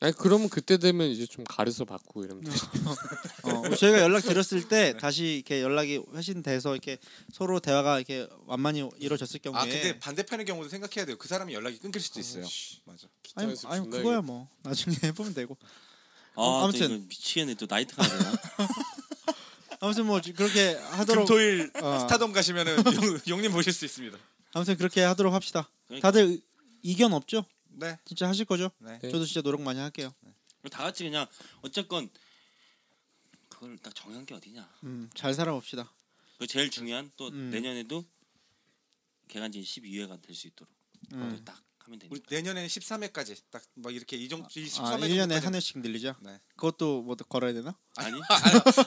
S3: 아니 그러면 그때 되면 이제 좀 가려서 받고 이러면 돼.
S1: 어, 저희가 연락 드렸을 때 다시 이렇게 연락이 회신돼서 이렇게 서로 대화가 이렇게 완만히 이루어졌을 경우에
S2: 아 근데 반대편의 경우도 생각해야 돼요. 그 사람이 연락이 끊길 수도 있어요. 맞아.
S1: 아니,
S3: 기타에서
S1: 아니
S3: 존나
S1: 그거야 뭐 나중에 해보면 되고
S4: 아,
S1: 어, 아무튼.
S4: 아무튼 또 이거 미치겠네 또 나이트 가잖아
S1: 아무튼 뭐 그렇게 하도록
S2: 금토일
S1: 어.
S2: 스타덤 가시면은 용, 용님 보실 수 있습니다.
S1: 아무튼 그렇게 하도록 합시다
S4: 그러니까.
S1: 다들 이견 없죠?
S2: 네,
S1: 진짜 하실 거죠?
S2: 네.
S3: 네.
S1: 저도 진짜 노력 많이 할게요.
S4: 다 같이 그냥 어쨌건 그걸 딱 정한 게 어디냐
S1: 음, 잘 살아봅시다.
S4: 그 제일 중요한 또
S1: 음.
S4: 내년에도 개간진 12회가 될 수 있도록
S1: 음.
S4: 딱 하면 되니까
S2: 우리 내년에는 13회까지 딱 막 이렇게 이정
S1: 아,
S2: 13회
S1: 1년에 한 회씩 늘리자.
S2: 네.
S1: 그것도 뭐 걸어야 되나?
S4: 아니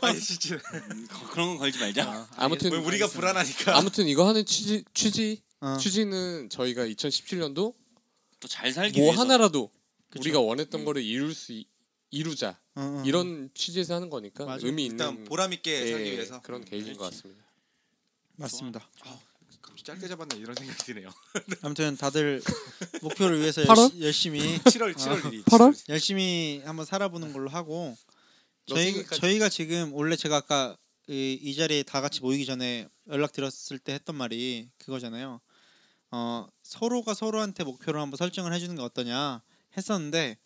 S2: 아니 진짜
S4: 음, 거- 그런 건 걸지 말자.
S3: 아무튼
S2: 왜뭐 우리가 불안하니까
S3: 아무튼 이거 하는 취지 취지
S1: 어.
S3: 취지는 저희가 2017년도
S4: 또 잘 살기
S3: 뭐
S4: 위해서.
S3: 하나라도
S1: 그쵸.
S3: 우리가 원했던 거를 이룰 수 이- 이루자
S1: 어, 어.
S3: 이런 취지에서 하는 거니까
S1: 맞아.
S3: 의미
S2: 일단
S3: 있는
S2: 보람 있게
S3: 예,
S2: 살기 위해서
S3: 그런 계획인 것
S4: 그렇지.
S3: 같습니다.
S1: 맞습니다.
S2: 갑자기 짧게 잡았네 이런 생각이 드네요.
S1: 아무튼 다들 목표를 위해서
S3: 팔월?
S1: 열시- 열심히
S2: 7월 7월 1일.
S3: 팔월?
S1: 열심히 한번 살아보는 걸로 하고
S3: 너
S1: 저희
S3: 생각까지-
S1: 저희가 지금 원래 제가 아까 이, 이 자리에 다 같이 모이기 전에 연락 드렸을 때 했던 말이 그거잖아요. 어 서로가 서로한테 목표를 한번 설정을 해주는 게 어떠냐 했었는데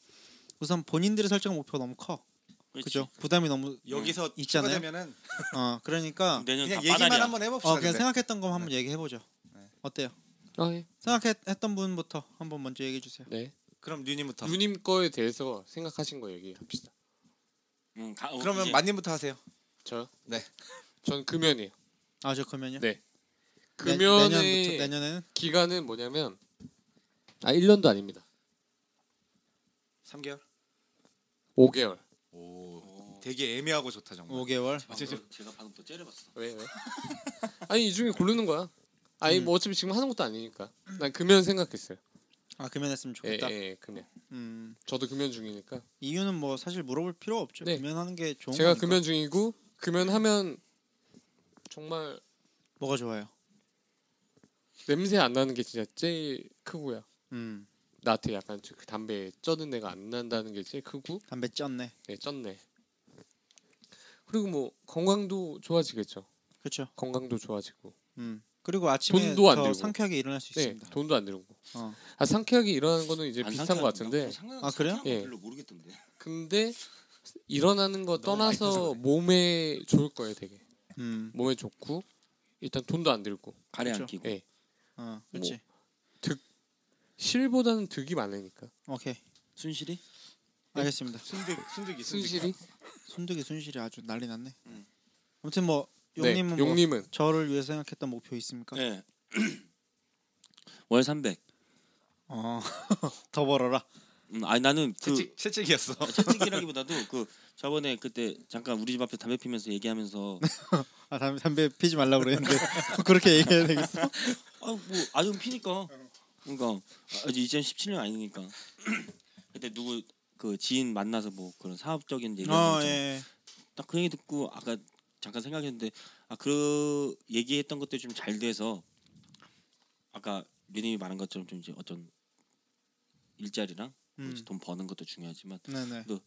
S1: 우선 본인들의 설정 목표가 너무 커.
S4: 그렇지.
S1: 그죠? 부담이 너무
S2: 여기서
S1: 있잖아요.
S2: 추가되면은
S1: 어 그러니까
S4: 음, 내년 다
S2: 그냥 얘기만
S4: 빠다리야.
S2: 한번 해봅시다.
S1: 어 그냥
S2: 근데.
S1: 생각했던 것만 한번 얘기해 보죠.
S2: 네.
S1: 어때요?
S3: 아 예.
S1: 생각했던 분부터 한번 먼저 얘기해 주세요.
S3: 네.
S2: 그럼 뉴님부터.
S3: 누님 거에 대해서 생각하신 거 얘기합시다.
S4: 응, 가, 어,
S2: 그러면
S4: 이제
S2: 만님부터 하세요.
S3: 저요?
S2: 네.
S3: 전 금연이에요.
S1: 아저 금연요?
S3: 네.
S1: 내-
S3: 금연의
S1: 내년부터 내년에는
S3: 기간은 뭐냐면 아 1년도 아닙니다.
S2: 3개월.
S3: 5개월.
S2: 오. 되게 애매하고 좋다
S3: 어.
S2: 정말.
S1: 5개월.
S3: 아,
S4: 방금 제가 방금 또 째려봤어.
S3: 왜 왜?
S1: 음.
S3: 아니 이 중에 고르는 거야. 아니 뭐 어차피 지금 하는 것도 아니니까. 난 금연 생각했어요.
S1: 아 금연했으면
S3: 예,
S1: 좋겠다.
S3: 예, 금연.
S1: 음,
S3: 저도 금연 중이니까.
S1: 이유는 뭐 사실 물어볼 필요 없죠.
S3: 네.
S1: 금연하는 게 좋은
S3: 제가
S1: 거니까.
S3: 금연 중이고 금연하면 정말
S1: 뭐가 좋아요?
S3: 냄새 안 나는 게 진짜 제일 크고요.
S1: 음,
S3: 나한테 약간 그 담배 쩌는 애가 안 난다는 게 제일 크고
S1: 담배 쪘네.
S3: 네, 쪘네. 그리고 뭐 건강도 좋아지겠죠.
S1: 그렇죠.
S3: 건강도 좋아지고.
S1: 음. 그리고 아침에
S3: 돈도 안
S1: 더
S3: 들고.
S1: 상쾌하게 일어날 수
S3: 네,
S1: 있습니다.
S3: 돈도 안 들고.
S1: 어.
S3: 아 상쾌하게 일어나는 거는 이제
S4: 안
S3: 비슷한 것 같은데.
S4: 상쾌한-
S1: 아, 그래요?
S4: 상쾌한 건
S3: 예.
S4: 별로 모르겠던데.
S3: 근데 일어나는 거
S4: 너무 많이 타서
S3: 떠나서 몸에 좋을 거예요, 되게.
S1: 음,
S3: 몸에 좋고 일단 돈도 안 들고
S4: 가래 안
S1: 그렇죠.
S4: 끼고.
S3: 예.
S1: 어, 그렇지.
S3: 실보다는 득이 많으니까.
S1: 오케이,
S4: 순실이?
S1: 알겠습니다.
S2: 그 순득 순득이
S3: 순실이?
S1: 순득이 순실이 아주 난리 났네.
S4: 음.
S1: 아무튼 뭐 용님은
S3: 네,
S1: 뭐
S3: 용님은
S1: 저를 위해 서 생각했던 목표 있습니까?
S4: 예. 월 300.
S1: 어, 더 벌어라.
S4: 음, 아니 나는 그
S2: 채찍 채찍이었어.
S4: 채찍이라기보다도 그 저번에 그때 잠깐 우리 집 앞에 담배 피면서 얘기하면서
S1: 아, 담- 담배 피지 말라 고 그랬는데 그렇게 얘기해야 되겠어?
S4: 아뭐 아줌 피니까 그러니까 아직 2017년 아니니까 그때 누구 그 지인 만나서 뭐 그런 사업적인 얘기
S1: 어, 예.
S4: 딱 그 얘기 듣고 아까 잠깐 생각했는데 아 그 얘기했던 것도 좀 잘 돼서 아까 리님이 말한 것처럼 좀 이제 어떤 일자리랑 뭐 이제
S1: 음.
S4: 돈 버는 것도 중요하지만
S1: 네네.
S4: 한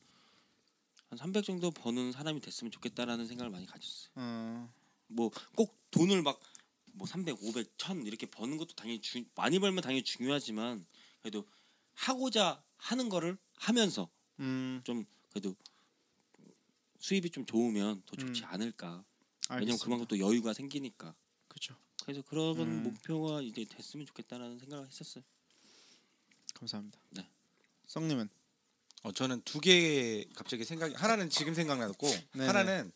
S4: 300 정도 버는 사람이 됐으면 좋겠다라는 생각을 많이 가졌어요.
S1: 어,
S4: 뭐 꼭 돈을 막 뭐 300, 500, 1000 이렇게 버는 것도 당연히 주, 많이 벌면 당연히 중요하지만 그래도 하고자 하는 거를 하면서
S1: 음,
S4: 그래도 수입이 좀 좋으면 더 좋지
S1: 음.
S4: 않을까. 왜냐면
S1: 알겠습니다.
S4: 그만큼 또 여유가 생기니까.
S1: 그렇죠.
S4: 그래서 그런
S1: 음.
S4: 목표가 이제 됐으면 좋겠다라는 생각을 했었어요.
S1: 감사합니다.
S4: 네.
S1: 성님은
S2: 어, 저는 두 개 갑자기 생각이 하나는 지금 생각났고
S1: 네네.
S2: 하나는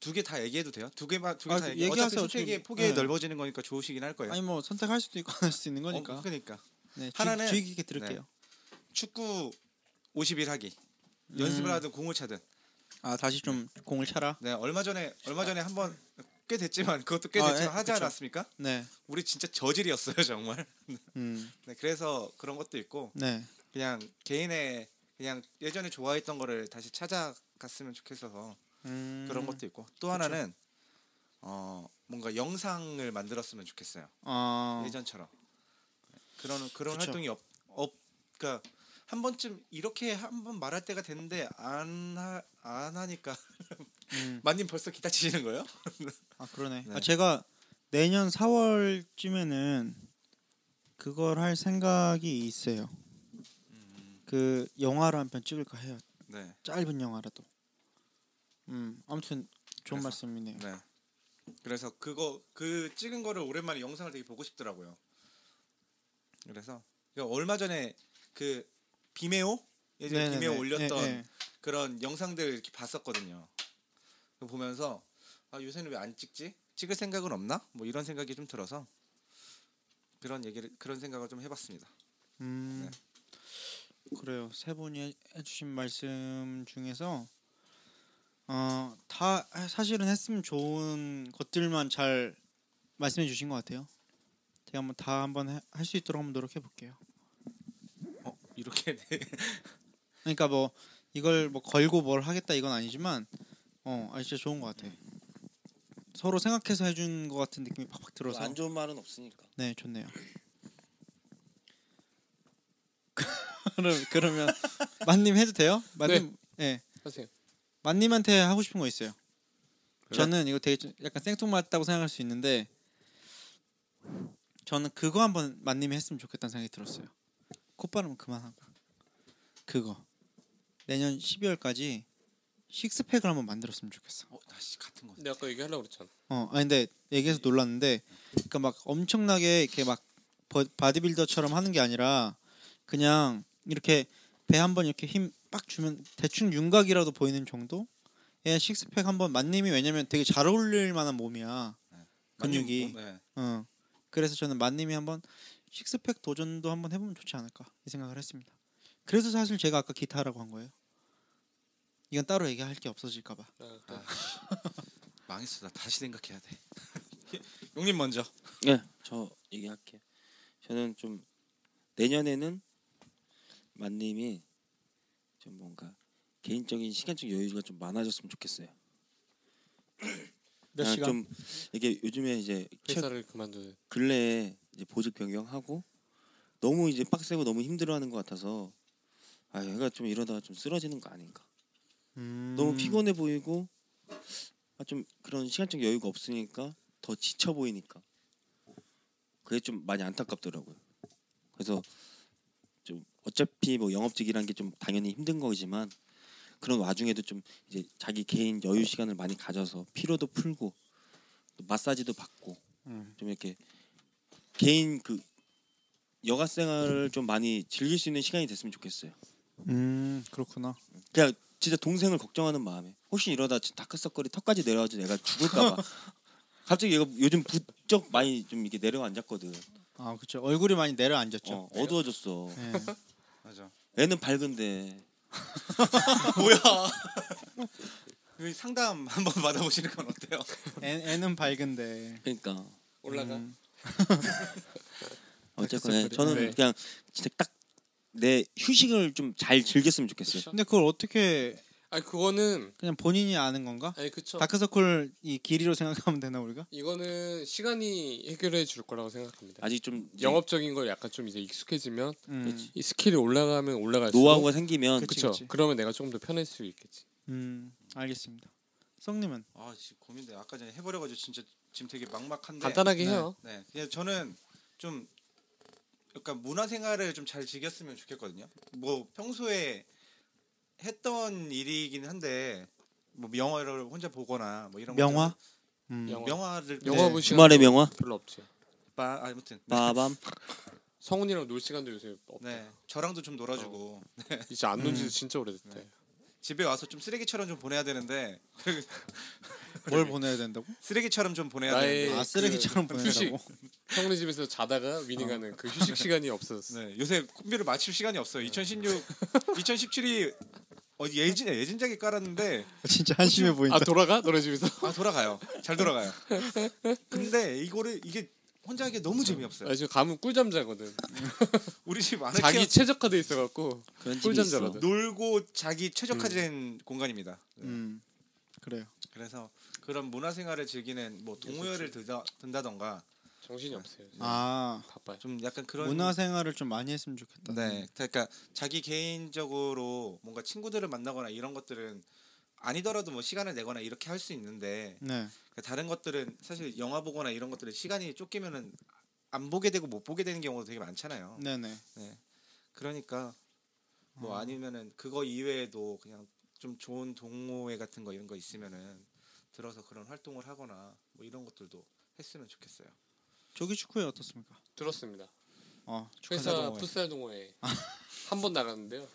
S2: 두 개 다 얘기해도 돼요? 두 개만 두 개
S1: 아,
S2: 다
S1: 그
S2: 얘기.
S1: 얘기하세요.
S2: 어차피 선택의
S1: 지금.
S2: 폭이
S1: 네.
S2: 넓어지는 거니까 좋으시긴 할 거예요.
S1: 아니 뭐 선택할 수도 있고 안 할 수도 있는 거니까.
S2: 네. 어, 그러니까
S1: 네, 하나는
S2: 하나는- 네.
S1: 주의 깊게 들을게요.
S2: 축구 50일 하기. 연습을 하든 공을 차든.
S1: 아 다시 좀 공을 차라.
S2: 네, 얼마 전에 얼마 전에 한번 꽤 됐지만 그것도 꽤
S1: 아,
S2: 됐지만
S1: 예,
S2: 하지
S1: 그쵸.
S2: 않았습니까?
S1: 네.
S2: 우리 진짜 저질이었어요, 정말.
S1: 음.
S2: 네, 그래서 그런 것도 있고
S1: 네.
S2: 그냥 개인의 그냥 예전에 좋아했던 거를 다시 찾아갔으면 좋겠어서
S1: 음.
S2: 그런 것도 있고 또 하나는 어 뭔가 영상을 만들었으면 좋겠어요
S1: 아.
S2: 예전처럼 네, 그런 그런
S1: 그쵸.
S2: 활동이 없, 없 그러니까 한 번쯤 이렇게 한 번 말할 때가 됐는데 안안 안 하니까
S1: 음.
S2: 만님 벌써 기타 치시는 거예요?
S1: 아 그러네.
S2: 네.
S1: 아, 제가 내년 4월쯤에는 그걸 할 생각이 있어요. 그 영화를 한 편 찍을까 해요.
S2: 네,
S1: 짧은 영화라도. 음 아무튼 좋은
S2: 그래서-
S1: 말씀이네요.
S2: 네. 그래서 그거 그 찍은 거를 오랜만에 영상을 되게 보고 싶더라고요. 그래서 얼마 전에 그 비메오 예전에
S1: 네네네.
S2: 비메오 올렸던
S1: 네, 네.
S2: 그런 영상들 이렇게 봤었거든요. 그거 보면서 아, 요새는 왜 안 찍지? 찍을 생각은 없나? 뭐 이런 생각이 좀 들어서 그런 얘기를 그런 생각을 좀 해봤습니다.
S1: 음 네. 그래요. 세 분이 해- 해주신 말씀 중에서 어, 다 사실은 했으면 좋은 것들만 잘 말씀해 주신 것 같아요. 제가 한번 다 한번 할 수 있도록 한번 노력해 볼게요.
S2: 어 이렇게 네.
S1: 그러니까 뭐 이걸 뭐 걸고 뭘 하겠다 이건 아니지만 어, 아 진짜 좋은 것 같아. 서로 생각해서 해준 것 같은 느낌이 팍팍 들어서
S4: 안 좋은 말은 없으니까.
S1: 네 좋네요. 그럼 그러면 만님 해도 돼요? 만님 예
S3: 네. 하세요.
S1: 만님한테 하고 싶은 거 있어요.
S3: 그래?
S1: 저는 이거 되게 좀 약간 생뚱맞다고 생각할 수 있는데 저는 그거 한번 만님이 했으면 좋겠다는 생각이 들었어요. 콧바람 그만하고 그거 내년 12월까지 식스팩을 한번 만들었으면 좋겠어.
S2: 어 다시 같은 거.
S3: 근데 아까 얘기하려고 그랬잖아.
S1: 어, 아 근데 얘기해서 놀랐는데, 그러니까 막 엄청나게 이렇게 막 버- 바디빌더처럼 하는 게 아니라 그냥 이렇게 배 한번 이렇게 힘 빡 주면 대충 윤곽이라도 보이는 정도? 예, 식스팩 한번 만님이 왜냐면 되게 잘 어울릴 만한 몸이야.
S4: 네.
S1: 근육이.
S2: 네.
S1: 어. 그래서 저는 만님이 한번 식스팩 도전도 한번 해보면 좋지 않을까 이 생각을 했습니다. 그래서 사실 제가 아까 기타라고 한 거예요. 이건 따로 얘기할 게 없어질까봐.
S3: 아, 그래.
S2: 망했어 나 다시 생각해야 돼. 용님 먼저.
S4: 예, 저 얘기할게요. 저는 좀 내년에는 만님이 좀 뭔가 개인적인 시간적 여유가 좀 많아졌으면 좋겠어요.
S1: 몇
S4: 아,
S1: 시간?
S4: 좀 이게 요즘에 이제 최-
S3: 회사를 그만두는
S4: 근래에 이제 보직 변경하고 너무 이제 빡세고 너무 힘들어하는 것 같아서 아 얘가 좀 이러다가 좀 쓰러지는 거 아닌가.
S1: 음.
S4: 너무 피곤해 보이고 아, 좀 그런 시간적 여유가 없으니까 더 지쳐 보이니까 그게 좀 많이 안타깝더라고요. 그래서 좀 어차피 뭐 영업직이라는 게 좀 당연히 힘든 거지만 그런 와중에도 좀 이제 자기 개인 여유 시간을 많이 가져서 피로도 풀고 또 마사지도 받고
S1: 음.
S4: 좀 이렇게 개인 그 여가 생활을 좀 많이 즐길 수 있는 시간이 됐으면 좋겠어요.
S1: 음 그렇구나.
S4: 그냥 진짜 동생을 걱정하는 마음에 혹시 이러다 진짜 다크서클이 턱까지 내려와서 내가 죽을까봐 갑자기 얘가 요즘 부쩍 많이 좀 이렇게 내려앉았거든
S1: 아 그렇죠. 얼굴이 많이 내려앉았죠.
S4: 어, 어두워졌어
S1: 예.
S2: 맞아.
S4: 애는 밝은데
S2: 그 상담 한번 받아보시는 건 어때요?
S1: 애, 애는 밝은데.
S4: 그러니까
S3: 네, 올라가.
S1: 음.
S4: 어쨌거나
S1: 다크서클이.
S4: 저는
S3: 네.
S4: 그냥 진짜 딱 내 휴식을 좀 잘 즐겼으면 좋겠어요
S3: 그쵸?
S1: 근데 그걸 어떻게
S3: 아니 그거는
S1: 그냥 본인이 아는 건가?
S3: 아니 그쵸.
S1: 다크서클 이 길이로 생각하면 되나 우리가?
S3: 이거는 시간이 해결해 줄 거라고 생각합니다.
S4: 아직 좀 이제
S3: 네. 영업적인 걸 약간 좀 이제 익숙해지면
S1: 음.
S4: 그렇지.
S3: 이 스킬이 올라가면 올라갈수록
S4: 노하우가 생기면
S1: 그치,
S3: 그쵸.
S1: 그치.
S3: 그러면 내가 조금 더 편할 수 있겠지.
S1: 음 알겠습니다. 성님은
S2: 아 지금 고민돼. 아까 전에 해버려가지고 진짜 지금 되게 막막한데.
S3: 간단하게
S1: 네.
S3: 해요.
S2: 네, 그냥 저는 좀 약간 문화 생활을 좀 잘 즐겼으면 좋겠거든요. 뭐 평소에 했던 일이긴 한데 뭐 영화를 혼자 보거나 뭐 이런
S1: 명화?
S2: 것들.
S1: 음.
S3: 영화.
S2: 명화를
S3: 영화
S1: 네.
S3: 볼 시간
S4: 주말의 명화
S3: 별로 없지.
S2: 빠 아, 아무튼
S4: 빠밤
S3: 성훈이랑 놀 시간도 요새 없다.
S2: 네 저랑도 좀 놀아주고
S3: 이제 안 논지도
S1: 음.
S3: 진짜 오래됐대.
S2: 집에 와서 좀 쓰레기처럼 좀 보내야 되는데
S1: 뭘 보내야 된다고?
S2: 쓰레기처럼 좀 보내야
S3: 나의-
S2: 되는데
S1: 아
S3: 그
S1: 쓰레기처럼
S3: 휴식.
S1: 보내라고. 어.
S3: 성훈이 집에서 자다가 위닝하는 그 휴식 시간이 없어졌어.
S2: 네, 요새 콤비를 맞출 시간이 없어요.
S1: 네.
S2: 2016, 2017이 어, 예진 예진작에 깔았는데
S1: 진짜 한심해 보인다.
S3: 아 돌아가 너네 집에서?
S2: 아 돌아가요. 잘 돌아가요. 근데 이거를 이게 혼자 하기 너무
S1: 네.
S2: 재미없어요.
S3: 나 아, 지금 가면 꿀잠 자거든.
S2: 우리 집
S1: 아,
S2: 안에
S3: 자기
S2: 자기
S3: 최적화돼 있어갖고
S4: 그런 집이
S3: 꿀잠
S4: 있어
S3: 자거든.
S2: 놀고 자기 최적화된 공간입니다. 네.
S1: 음 그래요.
S2: 그래서 그런 문화 생활을 즐기는
S1: 네,
S2: 뭐 동호회를
S1: 그렇죠.
S2: 든다, 든다던가
S3: 정신이 없어요.
S1: 아
S3: 바빠요.
S2: 좀 약간 그런
S1: 문화 생활을 음. 좀 많이 했으면 좋겠다.
S2: 네, 그러니까 자기 개인적으로 뭔가 친구들을 만나거나 이런 것들은 아니더라도 뭐 시간을 내거나 이렇게 할 수 있는데
S1: 네.
S2: 그러니까 다른 것들은 사실 영화 보거나 이런 것들은 시간이 쫓기면은 안 보게 되고 못 보게 되는 경우도 되게 많잖아요.
S1: 네네.
S2: 그러니까 뭐
S1: 음.
S2: 아니면은 그거 이외에도 그냥 좀 좋은 동호회 같은 거 이런 거 있으면은 들어서 그런 활동을 하거나 뭐 이런 것들도 했으면 좋겠어요.
S1: 조기 축구회 어떻습니까?
S3: 들었습니다.
S1: 어
S3: 회사
S1: 축하드립니다. 아.
S3: 풋살 동호회 한 번 나갔는데요.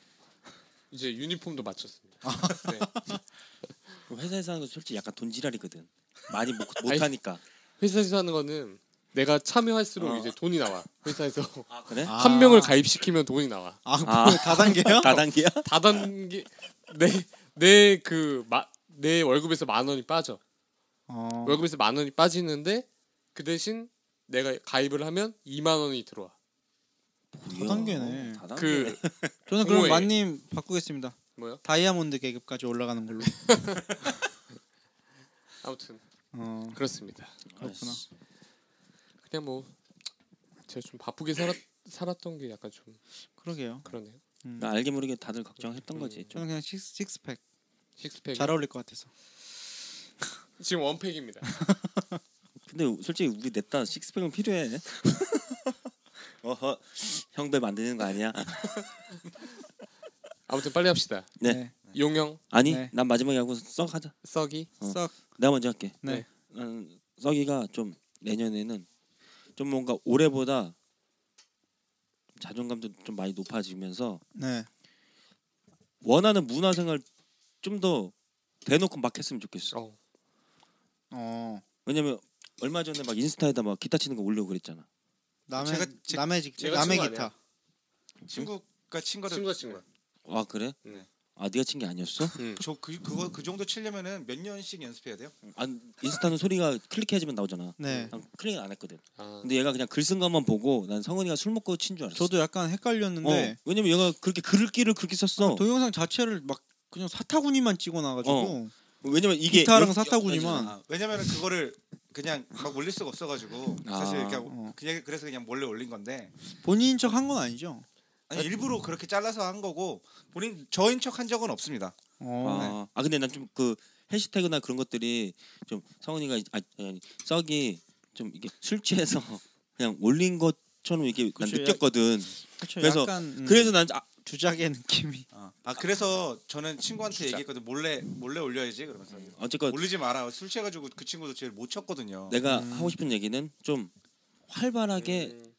S3: 이제 유니폼도 맞췄습니다. 네.
S4: 회사에서 하는 거 솔직히 약간 돈 지랄이거든 많이 못,
S3: 아니,
S4: 못하니까
S3: 회사에서 하는 거는 내가 참여할수록
S4: 어.
S3: 이제 돈이 나와. 회사에서
S4: 아 그래?
S1: 아.
S3: 한 명을 가입시키면 돈이 나와.
S1: 아,
S4: 아.
S1: 뭐다 단계요?
S4: 다단계야?
S3: 다단계 네, 내내그내 네 월급에서 만 원이 빠져.
S1: 어.
S3: 월급에서 만 원이 빠지는데 그 대신 내가 가입을 하면 2만 원이 들어와.
S1: 다단계네.
S4: 어, 다단계.
S3: 그
S1: 저는 그럼
S3: 동호회.
S1: 만님 바꾸겠습니다.
S3: 뭐요?
S1: 다이아몬드 계급까지 올라가는 걸로.
S3: 아무튼
S1: 어
S3: 그렇습니다.
S1: 그렇구나.
S4: 아이씨.
S3: 그냥 뭐 제가 좀 바쁘게 살았 살았던 게 약간 좀
S1: 그러게요.
S3: 그러네요.
S1: 음.
S4: 나 그러니까 알게 모르게 다들 걱정했던 거지. 좀
S1: 저는 그냥 식스, 식스팩
S3: 식스팩
S1: 잘 어울릴 것 같아서.
S3: 지금 원팩입니다.
S4: 근데 솔직히 우리 냈다 식스팩은 필요해. 어허 형배 만드는 거 아니야?
S3: 아무튼 빨리 합시다.
S4: 네.
S3: 용영
S4: 아니
S1: 네.
S4: 난 마지막에 하고 썩 하자.
S3: 썩이
S4: 어.
S1: 썩.
S4: 내가 먼저 할게.
S1: 네.
S4: 난 썩이가 좀 내년에는 좀 뭔가 올해보다 자존감도 좀 많이 높아지면서
S1: 네.
S4: 원하는 문화생활 좀 더 대놓고 막 했으면 좋겠어.
S3: 어.
S1: 어.
S4: 왜냐면 얼마 전에 막 인스타에다 막 기타 치는 거 올리고 그랬잖아.
S1: 남의
S2: 제가- 제-
S1: 남의 직
S3: 제가
S1: 남의
S3: 친구
S1: 기타.
S2: 친구가 친 거를
S3: 친구가 친구야.
S4: 아 그래?
S3: 네.
S4: 아 네가 친 게 아니었어?
S2: 저 그 그거 그 정도 치려면은 몇 년씩 연습해야 돼요?
S4: 아 인스타는 소리가 클릭해지면 나오잖아.
S1: 네.
S3: 음.
S4: 난 클릭 안 했거든.
S3: 아,
S4: 근데 얘가 그냥 글 쓴 것만 보고 난 성은이가 술 먹고 친 줄 알았어.
S1: 저도 약간 헷갈렸는데 아,
S4: 어, 왜냐면 얘가 그렇게 글귀를 그렇게 썼어.
S1: 동영상 자체를 막 그냥 사타구니만 찍어놔가지고
S4: 왜냐면 이게
S1: 기타랑
S4: 여-
S1: 사타구니만.
S4: 여-
S2: 아, 왜냐면은 그거를 그냥 막 올릴 수가 없어가지고
S4: 아,
S2: 사실 그냥
S1: 어.
S2: 그냥 그래서 그냥 몰래 올린 건데
S1: 본인인 척 한 건 아니죠?
S2: 아니, 일부러 그렇게 잘라서 한 거고 본인 저인 척 한 적은 없습니다.
S1: 어.
S4: 아, 아 근데 난 좀 그 해시태그나 그런 것들이 좀 성은이가 아 아니, 아니, 썩이 좀 이게 술 취해서 그냥 올린 것처럼 이게 난
S1: 그쵸,
S4: 느꼈거든.
S1: 그쵸,
S4: 그래서-
S1: 약간 음,
S4: 그래서 난 아,
S1: 주작의 느낌이
S2: 아, 그래서 저는 친구한테
S3: 진짜.
S2: 얘기했거든 몰래 몰래 올려야지 그러면서
S4: 어쨌건
S2: 올리지 마라 술 취해가지고 그 친구도 제일 못 쳤거든요.
S4: 내가
S1: 음.
S4: 하고 싶은 얘기는 좀 활발하게
S1: 네.
S3: 음,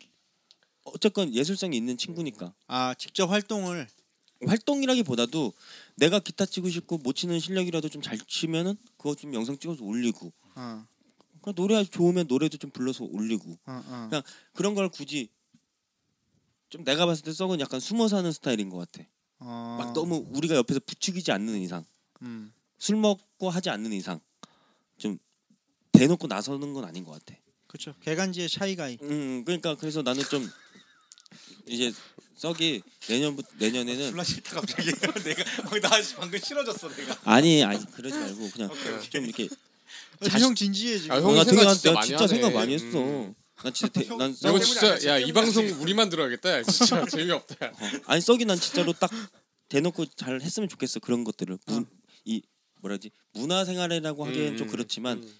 S4: 어쨌건 예술성이 있는 친구니까
S1: 아 직접 활동을
S4: 활동이라기보다도 내가 기타 치고 싶고 못 치는 실력이라도 좀 잘 치면은 그거 좀 영상 찍어서 올리고
S1: 어,
S4: 그냥 노래 좋으면 노래도 좀 불러서 올리고
S1: 어, 어.
S4: 그냥 그런 걸 굳이 좀 내가 봤을 때 썩은 약간 숨어 사는 스타일인 것 같아.
S1: 어,
S4: 막 너무 우리가 옆에서 부추기지 않는 이상
S1: 음.
S4: 술 먹고 하지 않는 이상 좀 대놓고 나서는 건 아닌 것 같아.
S1: 그쵸 개간지의 차이가 있-
S4: 음 그러니까 그래서 나는 좀 이제 썩이 내년부 내년에는
S2: 아, 술라 싫다 갑자기 내가 어, 나 방금 싫어졌어 내가
S4: 아니 아니 그러지 말고 그냥
S3: 오케이.
S4: 좀 이렇게
S1: 아, 형 진지해 지금
S3: 아,
S4: 어,
S3: 형이
S4: 나
S3: 생각
S4: 나
S3: 진짜 많이
S4: 진짜
S3: 하네.
S4: 생각 많이 했어.
S3: 음.
S4: 난 진짜 대, 난
S3: 이거
S4: 썩,
S2: 때문에 안
S3: 진짜
S2: 했어,
S3: 야
S2: 때문에
S3: 이 방송 우리만 들어야겠다. 야, 진짜 재미없다.
S4: 아니 썩이 난 진짜로 딱 대놓고 잘 했으면 좋겠어 그런 것들을 문, 이 뭐라지 문화생활이라고 하기엔
S3: 아. 음,
S4: 좀
S3: 음,
S4: 그렇지만
S3: 음,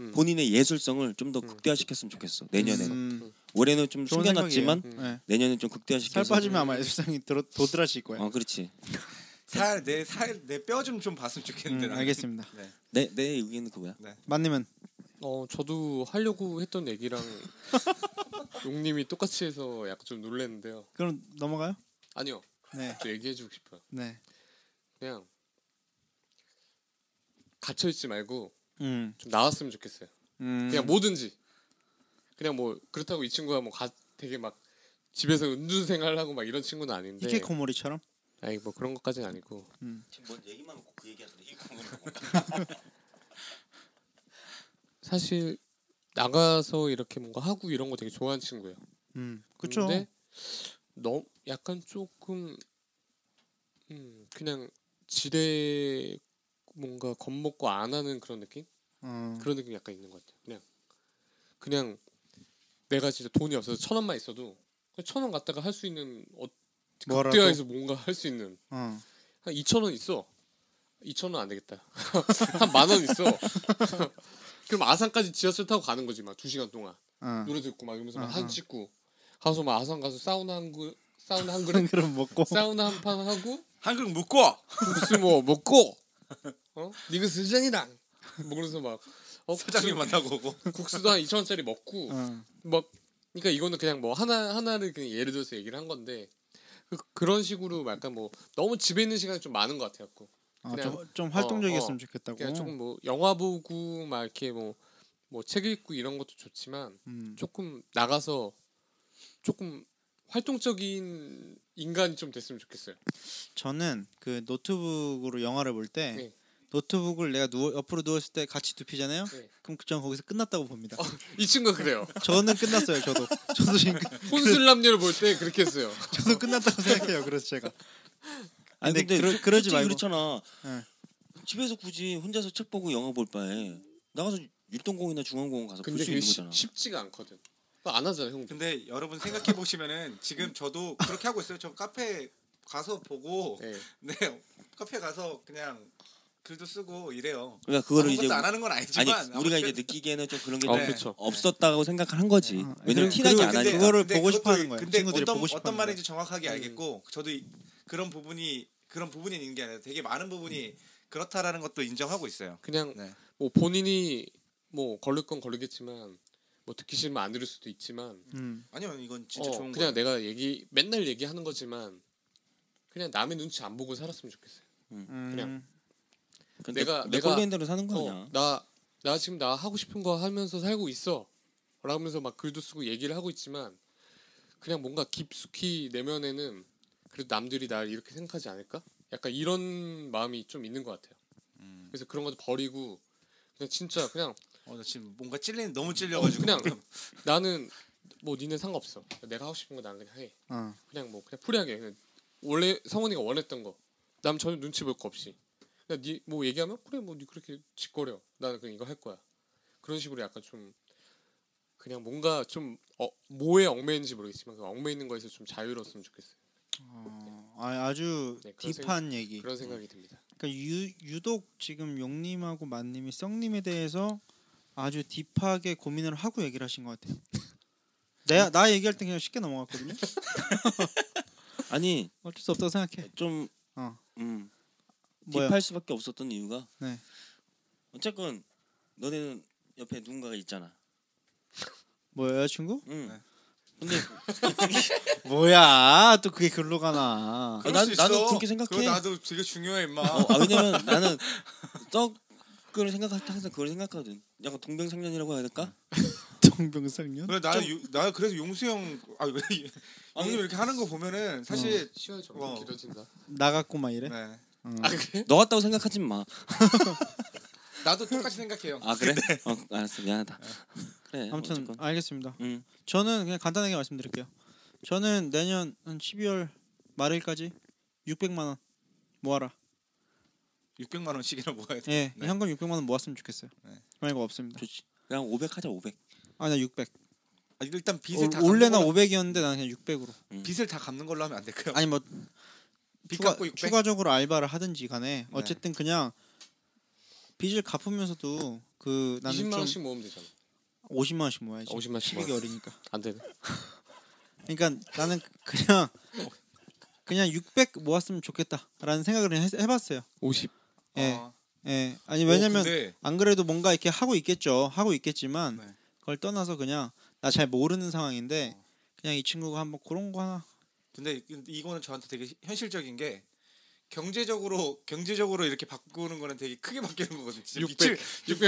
S3: 음.
S4: 본인의 예술성을 좀 더 극대화시켰으면 좋겠어 내년에는
S1: 음,
S4: 올해는 좀
S1: 좋은
S4: 숨겨놨지만
S3: 생각이에요.
S1: 네.
S4: 내년엔 좀
S1: 살
S4: 극대화시켜서
S1: 빠지면 아마 애수상이 들어 도드라질 거야
S4: 어 그렇지
S2: 살내살내 뼈 좀 좀 봤으면 좋겠는데
S1: 음,
S2: 나는.
S1: 알겠습니다
S2: 네.
S4: 내 내 의견은 그거야
S1: 만님은
S3: 어 저도 하려고 했던 얘기랑 용님이 똑같이 해서 약간 좀 놀랐는데요.
S1: 그럼 넘어가요?
S3: 아니요,
S1: 네,
S3: 저 얘기해주고 싶어요.
S1: 네,
S3: 그냥 갇혀 있지 말고
S1: 음,
S3: 좀 나왔으면 좋겠어요.
S1: 음.
S3: 그냥 뭐든지 그냥 뭐 그렇다고 이 친구가 뭐 가, 되게 막 집에서 은둔 생활하고 막 이런 친구는 아닌데
S1: 네. 히키코모리처럼
S3: 아니 뭐 그런 것까지는 아니고
S4: 지금 뭔 얘기만 하고 그 얘기하잖아
S3: 사실 나가서 이렇게 뭔가 하고 이런 거 되게 좋아하는 친구예요.
S1: 음, 그쵸
S3: 근데 너무 약간 조금 음 그냥 지레 뭔가 겁먹고 안 하는 그런 느낌?
S1: 어,
S3: 그런 느낌이 약간 있는 것 같아요. 그냥 그냥 내가 진짜 돈이 없어서 천 원만 있어도 천 원 갖다가 할 수 있는 어,
S1: 뭐라도?
S3: 극대화해서 뭔가 할 수 있는
S1: 어.
S3: 한 2천 원 있어. 2천 원 안 되겠다. 한 만 원 있어. 그럼 아산까지 지하철 타고 가는 거지 막 2시간 동안.
S1: 어.
S3: 노래 듣고 막 이러면서
S1: 어,
S3: 막
S1: 어.
S3: 사진 찍고 가서 막 아산 가서 사우나 한 그릇 사우나 한
S1: 그런
S3: 그릇
S1: 그런 먹고
S3: 사우나 한 판 하고
S2: 한국 묶고
S3: 국수 뭐 먹고 어? 니그 스장이랑 먹으면서 막 어,
S2: 사장님
S3: 국수-
S2: 만나고 오고
S3: 국수도 한 2천 원짜리 먹고
S1: 어.
S3: 막 그러니까 이거는 그냥 뭐 하나 하나를 그냥 예를 들어서 얘기를 한 건데 그, 런 식으로 약간 뭐 너무 집에 있는 시간이 좀 많은 것 같아 갖고
S1: 아,
S3: 그냥-
S1: 좀, 좀 활동적이었으면
S3: 어, 어.
S1: 좋겠다고
S3: 그냥 조금 뭐 영화 보고 막 이렇게 뭐 뭐 책 읽고 이런 것도 좋지만
S1: 음.
S3: 조금 나가서 조금 활동적인 인간이 좀 됐으면 좋겠어요.
S1: 저는 그 노트북으로 영화를 볼 때
S3: 네.
S1: 노트북을 내가 누워, 옆으로 누웠을 때 같이 눕히잖아요.
S3: 네. 어.
S1: 그럼 그전 거기서 끝났다고 봅니다.
S3: 이 친구가 그래요.
S1: 저는 끝났어요. 저도 저도 지금 끝-
S3: 혼술남녀를 볼 때 그렇게 했어요.
S1: 저도 끝났다고 생각해요. 그래서 제가
S4: 아니
S1: 근데
S4: 근데,
S1: 그러- 그러지
S4: 솔직히
S1: 말고.
S4: 그렇잖아
S1: 응.
S3: 네.
S4: 집에서 굳이 혼자서 책 보고 영화 볼 바에 나가서 율동공원이나 중앙공원 가서 볼
S3: 근데
S4: 수
S3: 그게
S4: 있는
S3: 쉽-
S4: 거잖아
S3: 쉽지가 않거든. 그거 안 하잖아 형들.
S2: 근데 여러분 생각해 보시면은 지금 저도 그렇게 하고 있어요. 저 카페 가서 보고
S3: 예.
S2: 네 카페 가서 그냥 글도 쓰고 이래요.
S4: 그러니까 그거를
S2: 아무것도
S4: 이제
S2: 안 하는 건
S4: 아니
S2: 아니지만
S4: 우리가
S2: 아무튼
S4: 이제 느끼기에는 좀 그런 게
S3: 어,
S4: 좀
S3: 그쵸.
S4: 없었다고 생각한 거지
S1: 그렇죠. 어. 그리고-
S4: 왜냐면 티나지
S1: 그리고
S4: 안
S1: 근데
S4: 하니까
S1: 그거를 보고 싶어
S2: 그것도
S1: 하는 거예요.
S2: 근데
S1: 친구들이
S2: 어떤,
S1: 보고 싶어
S2: 어떤
S1: 하는
S2: 말인지 정확하게
S3: 음.
S2: 알겠고 저도 이- 그런 부분이 그런 부분이 있는 게 아니라 되게 많은 부분이 그렇다라는 것도 인정하고 있어요.
S3: 그냥
S2: 네.
S3: 뭐 본인이 뭐 걸릴 건 걸리겠지만 뭐 듣기 싫으면 안 들을 수도 있지만
S1: 음.
S2: 아니요 이건 진짜
S3: 어,
S2: 좋은 거예요.
S3: 그냥 내가 얘기 맨날 얘기하는 거지만 그냥 남의 눈치 안 보고 살았으면 좋겠어요.
S1: 음.
S3: 그냥.
S4: 근데
S3: 내가-
S4: 그러니까 내
S3: 내가-
S4: 걸로 된 대로 사는 거 아니야
S3: 어, 나, 나 지금 나 하고 싶은 거 하면서 살고 있어. 라면서 막 글도 쓰고 얘기를 하고 있지만 그냥 뭔가 깊숙이 내면에는 그래도 남들이 날 이렇게 생각하지 않을까? 약간 이런 마음이 좀 있는 것 같아요.
S2: 음.
S3: 그래서 그런 것도 버리고 그냥 진짜 그냥
S2: 어, 나 지금 뭔가 찔리는 너무 찔려가지고
S3: 그냥 나는 뭐 니네 상관없어. 내가 하고 싶은 거 나는 그냥 해.
S1: 어.
S3: 그냥 뭐 그냥 프리하게 그냥 원래 성원이가 원했던 거. 남 전혀 눈치 볼 거 없이. 그냥 니뭐 얘기하면 그래 뭐 니 그렇게 짓거려. 나는 그냥 이거 할 거야. 그런 식으로 약간 좀 그냥 뭔가 좀 어, 뭐에 얽매인지 모르겠지만 그 얽매이는 거에서 좀 자유로웠으면 좋겠어요.
S1: 어, 아, 아주
S3: 네, 그런
S1: 딥한 얘기.
S3: 그런 생각이 듭니다.
S1: 그러니까 유, 유독 지금 용님하고 만님이 썽님에 대해서 아주 딥하게 고민을 하고 얘기를 하신 것 같아요. 내가 나 얘기할 때 그냥 쉽게 넘어갔거든요.
S4: 아니
S1: 어쩔 수 없다고
S3: 네,
S1: 생각해.
S4: 좀
S1: 어.
S4: 음,
S1: 뭐야?
S4: 딥할 수밖에 없었던 이유가
S1: 네.
S4: 어쨌건 너네는 옆에 누군가가 있잖아. 음.
S1: 뭐 여자친구?
S4: 응.
S2: 네.
S4: 근데
S1: 뭐야? 또 그게 글로 아, 가나?
S4: 난- 나도 그렇게 생각해.
S2: 그거 나도 되게 중요해 임마.
S4: 어, 아, 왜냐면 나는 떡을 생각할 때 항상 그걸 생각하거든. 약간 동병상련이라고 해야 될까?
S1: 네. 동병상련?
S2: 그래 나는 유- 나 그래서 용수 형 아, 왜 이-
S4: 아니,
S2: 형님 이렇게 하는 거 보면은 사실
S3: 시간이
S2: 점점 어.
S3: 길어진다.
S1: 나갔고 막 이래?
S2: 네.
S1: 어.
S3: 아 그래?
S4: 너 같다고 생각하지 마.
S2: 나도 똑같이 생각해요.
S4: 아 그래? 어, 알았어 미안하다.
S3: 네,
S4: 그래.
S1: 네. 아무튼
S4: 어쨌건.
S1: 알겠습니다.
S4: 음.
S1: 저는 그냥 간단하게 말씀드릴게요. 저는 내년 한 12월 말일까지 600만 원 모아라.
S2: 600만 원씩이나 모아야 돼.
S1: 예,
S2: 네.
S1: 현금 600만 원 모았으면 좋겠어요.
S2: 네.
S1: 그런 거 없습니다.
S4: 좋지. 그냥 500 하자 500.
S1: 아나 600.
S2: 아, 일단 빚을 다
S1: 올-
S2: 갚는
S1: 원래는
S2: 걸로-
S1: 500이었는데 나는 그냥 600으로.
S2: 빚을 다 갚는 걸로 하면 안 될까요?
S1: 아니 뭐
S2: 빚
S1: 추가,
S2: 갚고 네. 600.
S1: 추가적으로 알바를 하든지 간에 어쨌든 그냥 빚을 갚으면서도 그 나는
S3: 20만
S1: 좀
S3: 원씩 모으면 되잖아.
S1: 50만 원씩 모아야지.
S3: 50만 원씩
S1: 12 개월이니까.
S3: 안 되네.
S1: 그러니까 나는 그냥 그냥 600 모았으면 좋겠다라는 생각을 그냥 해, 해봤어요.
S3: 50.
S1: 예,
S2: 어.
S1: 예. 아니
S2: 어,
S1: 왜냐면
S2: 근데
S1: 안 그래도 뭔가 이렇게 하고 있겠죠. 하고 있겠지만
S2: 네.
S1: 그걸 떠나서 그냥 나 잘 모르는 상황인데
S4: 어.
S1: 그냥 이 친구가 한번 그런 거 하나
S2: 근데 이- 이거는 저한테 되게 시- 현실적인 게 경제적으로 경제적으로 이렇게 바꾸는 거는 되게 크게 바뀌는 거거든요. 진짜
S3: 600.
S2: 미칠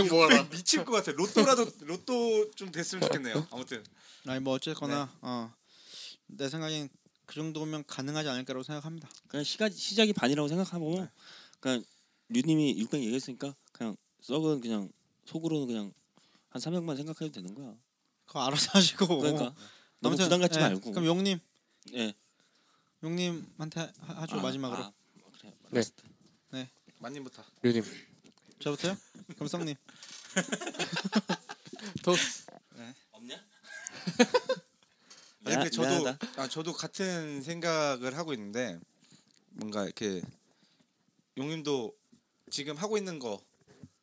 S3: 600 모아라.
S2: 미칠 것 같아. 로또라도 로또 좀 됐으면 좋겠네요. 아무튼
S1: 아니 뭐 어쨌거나
S4: 네.
S1: 어, 내 생각엔 그 정도면 가능하지 않을까라고 생각합니다.
S4: 그냥 시가 시작이 반이라고 생각하고
S1: 네.
S4: 그냥 류님이 600 얘기했으니까 그냥 썩은 그냥 속으로는 그냥 한 300만 생각해도 되는 거야.
S1: 그거 알아서 하시고.
S4: 그러니까 너무
S1: 어, 아무튼,
S4: 부담 갖지
S1: 예,
S4: 말고.
S1: 그럼 용님,
S4: 예.
S1: 용님한테 하, 하죠
S4: 아,
S1: 마지막으로.
S4: 아, 그래.
S3: 네.
S4: 알았어.
S2: 만님부터.
S3: 류님.
S1: 저부터요? 그럼 성님.
S3: 토스.
S4: 없냐?
S2: 아니
S4: 네, 미안-
S2: 근데 저도
S4: 미안하다.
S2: 아 저도 같은 생각을 하고 있는데 뭔가 이렇게 용님도 지금 하고 있는 거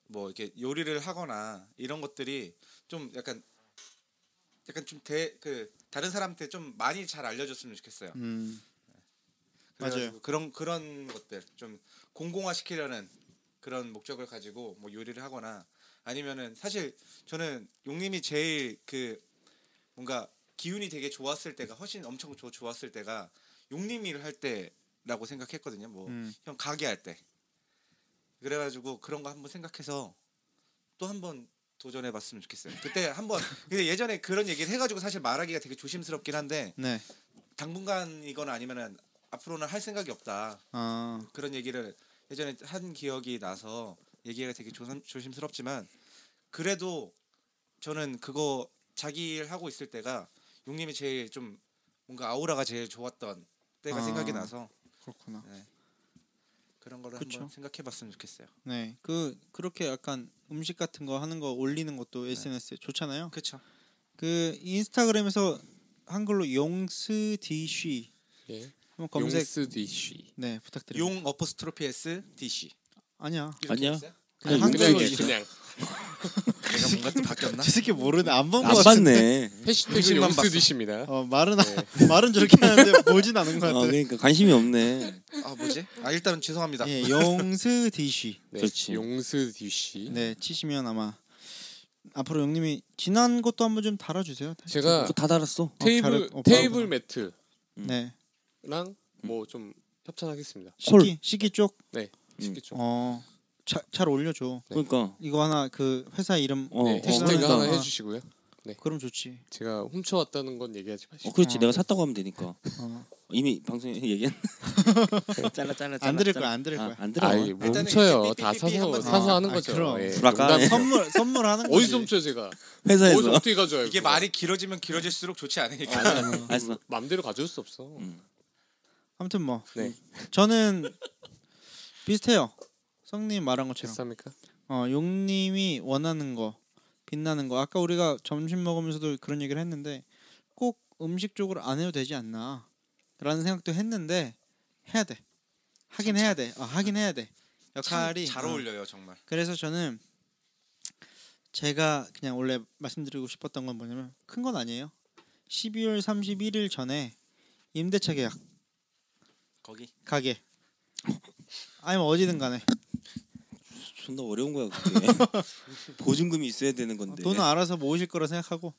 S2: 뭐 이렇게 요리를 하거나 이런 것들이 좀 약간 약간 좀 대 그 다른 사람한테 좀 많이 잘 알려줬으면 좋겠어요.
S1: 음.
S2: 그래가지고
S1: 맞아요.
S2: 그런 그런 것들 좀 공공화 시키려는 그런 목적을 가지고 뭐 요리를 하거나 아니면은 사실 저는 용님이 제일 그 뭔가 기운이 되게 좋았을 때가 훨씬 엄청 좋, 좋았을 때가 용님 일을 할 때라고 생각했거든요. 뭐 형
S1: 음.
S2: 가게 할 때. 그래가지고 그런 거 한번 생각해서 또 한번 도전해봤으면 좋겠어요. 그때 한번 근데 예전에 그런 얘기를 해가지고 사실 말하기가 되게 조심스럽긴 한데
S1: 네.
S2: 당분간이거나 아니면은 앞으로는 할 생각이 없다
S1: 아
S2: 그런 얘기를 예전에 한 기억이 나서 얘기가 되게 조심, 조심스럽지만 그래도 저는 그거 자기 일 하고 있을 때가 용님이 제일 좀 뭔가 아우라가 제일 좋았던 때가
S1: 아.
S2: 생각이 나서
S1: 그렇구나.
S2: 그런 거를
S1: 그쵸.
S2: 한번 생각해봤으면 좋겠어요.
S1: 네. 그 그렇게 약간 음식 같은 거 하는 거 올리는 것도
S4: 네.
S1: SNS에 좋잖아요.
S2: 그렇죠.
S1: 그 인스타그램에서 한글로 용스 디쉬
S3: 예.
S1: 한번 검색.
S3: 용스디쉬.
S1: 네 부탁드립니다.
S2: 용 어퍼스트로피 S D C
S1: 아니야.
S4: 아니야.
S1: 그냥
S4: 아니,
S1: 한글로
S4: 용스디쉬.
S3: 그냥
S1: 이
S4: 얘기해.
S3: 그냥
S2: 내가 뭔가 또 바뀌었나?
S1: 새끼 모르네 뭐 안본거
S4: 안 봤네.
S3: 해시태그
S2: 용신만 봤어.
S3: 용스디쉬입니다.
S1: 어 말은 안- 말은 저렇게 하는데 보진 않은 것
S4: 어,
S1: 같아.
S4: 그러니까 관심이 없네.
S2: 아 뭐지? 아 일단 죄송합니다.
S1: 예, 용스 디쉬.
S3: 네.
S4: 그렇지.
S3: 용스디쉬.
S1: 네, 치시면 아마 앞으로 용님이 지난 것도 한번 좀 달아주세요.
S3: 제가
S4: 그거 다 달았어. 음.
S1: 잘해.
S3: 테이블
S1: 어,
S3: 테이블
S1: 빠르구나.
S3: 매트랑
S1: 네,
S3: 뭐 좀 협찬하겠습니다.
S1: 식기 식기 쪽.
S4: 음.
S3: 쉽게 좀.
S1: 어, 자, 잘 올려줘.
S3: 네.
S4: 그러니까
S1: 이거 하나 그 회사 이름
S4: 어,
S3: 네,
S4: 어,
S3: 해시태그
S1: 그러니까.
S3: 하나 해주시고요. 네.
S1: 그럼 좋지.
S3: 제가 훔쳐왔다는 건 얘기하지 마시고
S4: 어 그렇지
S1: 어.
S4: 내가 샀다고 하면 되니까
S1: 어.
S4: 이미 방송에 얘기한 잘라 잘라
S1: 안 들을 거야,
S4: 잘라.
S1: 안 들을
S4: 아,
S1: 거야.
S4: 안 들어
S3: 아이 뭐
S2: 일단은
S3: 훔쳐요
S2: 이제
S3: 다
S2: 삐삐삐삐
S3: 사서
S2: 한번
S3: 사서
S1: 더.
S3: 하는
S1: 아,
S3: 거죠
S1: 그럼.
S3: 예.
S4: 네. 불화가
S3: 농담-
S1: 선물 선물하는 거지.
S3: 어디서 훔쳐요 제가 어디서
S1: 뭐,
S4: 회사에서
S3: 어떻게 가져요
S2: 이게 말이 길어지면 길어질수록 좋지
S1: 아,
S2: 않으니까
S4: 음. 알았어 음.
S3: 맘대로 가져올 수 없어
S1: 아무튼 뭐
S3: 네
S1: 저는 비슷해요. 성님 말한 것처럼.
S3: 됐습니까
S1: 어, 용님이 원하는 거, 빛나는 거. 아까 우리가 점심 먹으면서도 그런 얘기를 했는데 꼭 음식 쪽으로 안 해도 되지 않나? 라는 생각도 했는데 해야 돼. 하긴 해야 돼. 어, 하긴 해야 돼.
S2: 참
S1: 역할이
S2: 잘
S1: 어,
S2: 어울려요 정말.
S1: 그래서 저는 제가 그냥 원래 말씀드리고 싶었던 건 뭐냐면 큰 건 아니에요. 12월 31일 전에 임대차 계약
S2: 거기
S1: 가게 아니면 어디든 간에
S4: 존나 어려운 거야 그게 보증금이 있어야 되는 건데
S1: 돈은 알아서 모으실 거라 생각하고
S3: 어.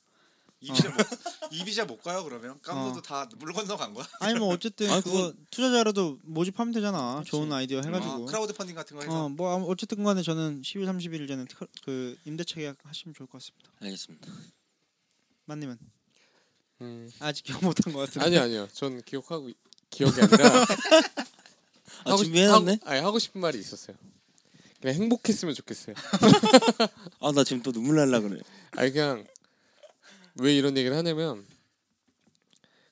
S2: 이비자 못 이비자 못 가요 그러면 깜도도
S1: 어.
S2: 다 물 건너 간 거야.
S1: 아니 뭐 어쨌든
S4: 아니,
S1: 그거 투자자로도 모집하면 되잖아. 좋은 아이디어
S2: 아,
S1: 해가지고.
S2: 크라우드 펀딩 같은 거 해서
S1: 어 뭐 어쨌든 간에 저는 10일 31일 전에 특- 그 임대차 계약 하시면 좋을 것 같습니다.
S4: 알겠습니다
S1: 만님은
S3: 음.
S1: 아직 기억 못한 것 같은데.
S3: 아니요 아니요 전 기억하고 기억이 아니라
S4: 아
S3: 싶-
S4: 준비해놨네
S3: 하고, 아니 하고 싶은 말이 있었어요 그냥 행복했으면 좋겠어요
S4: 아 나 지금 또 눈물 날라 그래
S3: 아니 그냥 왜 이런 얘기를 하냐면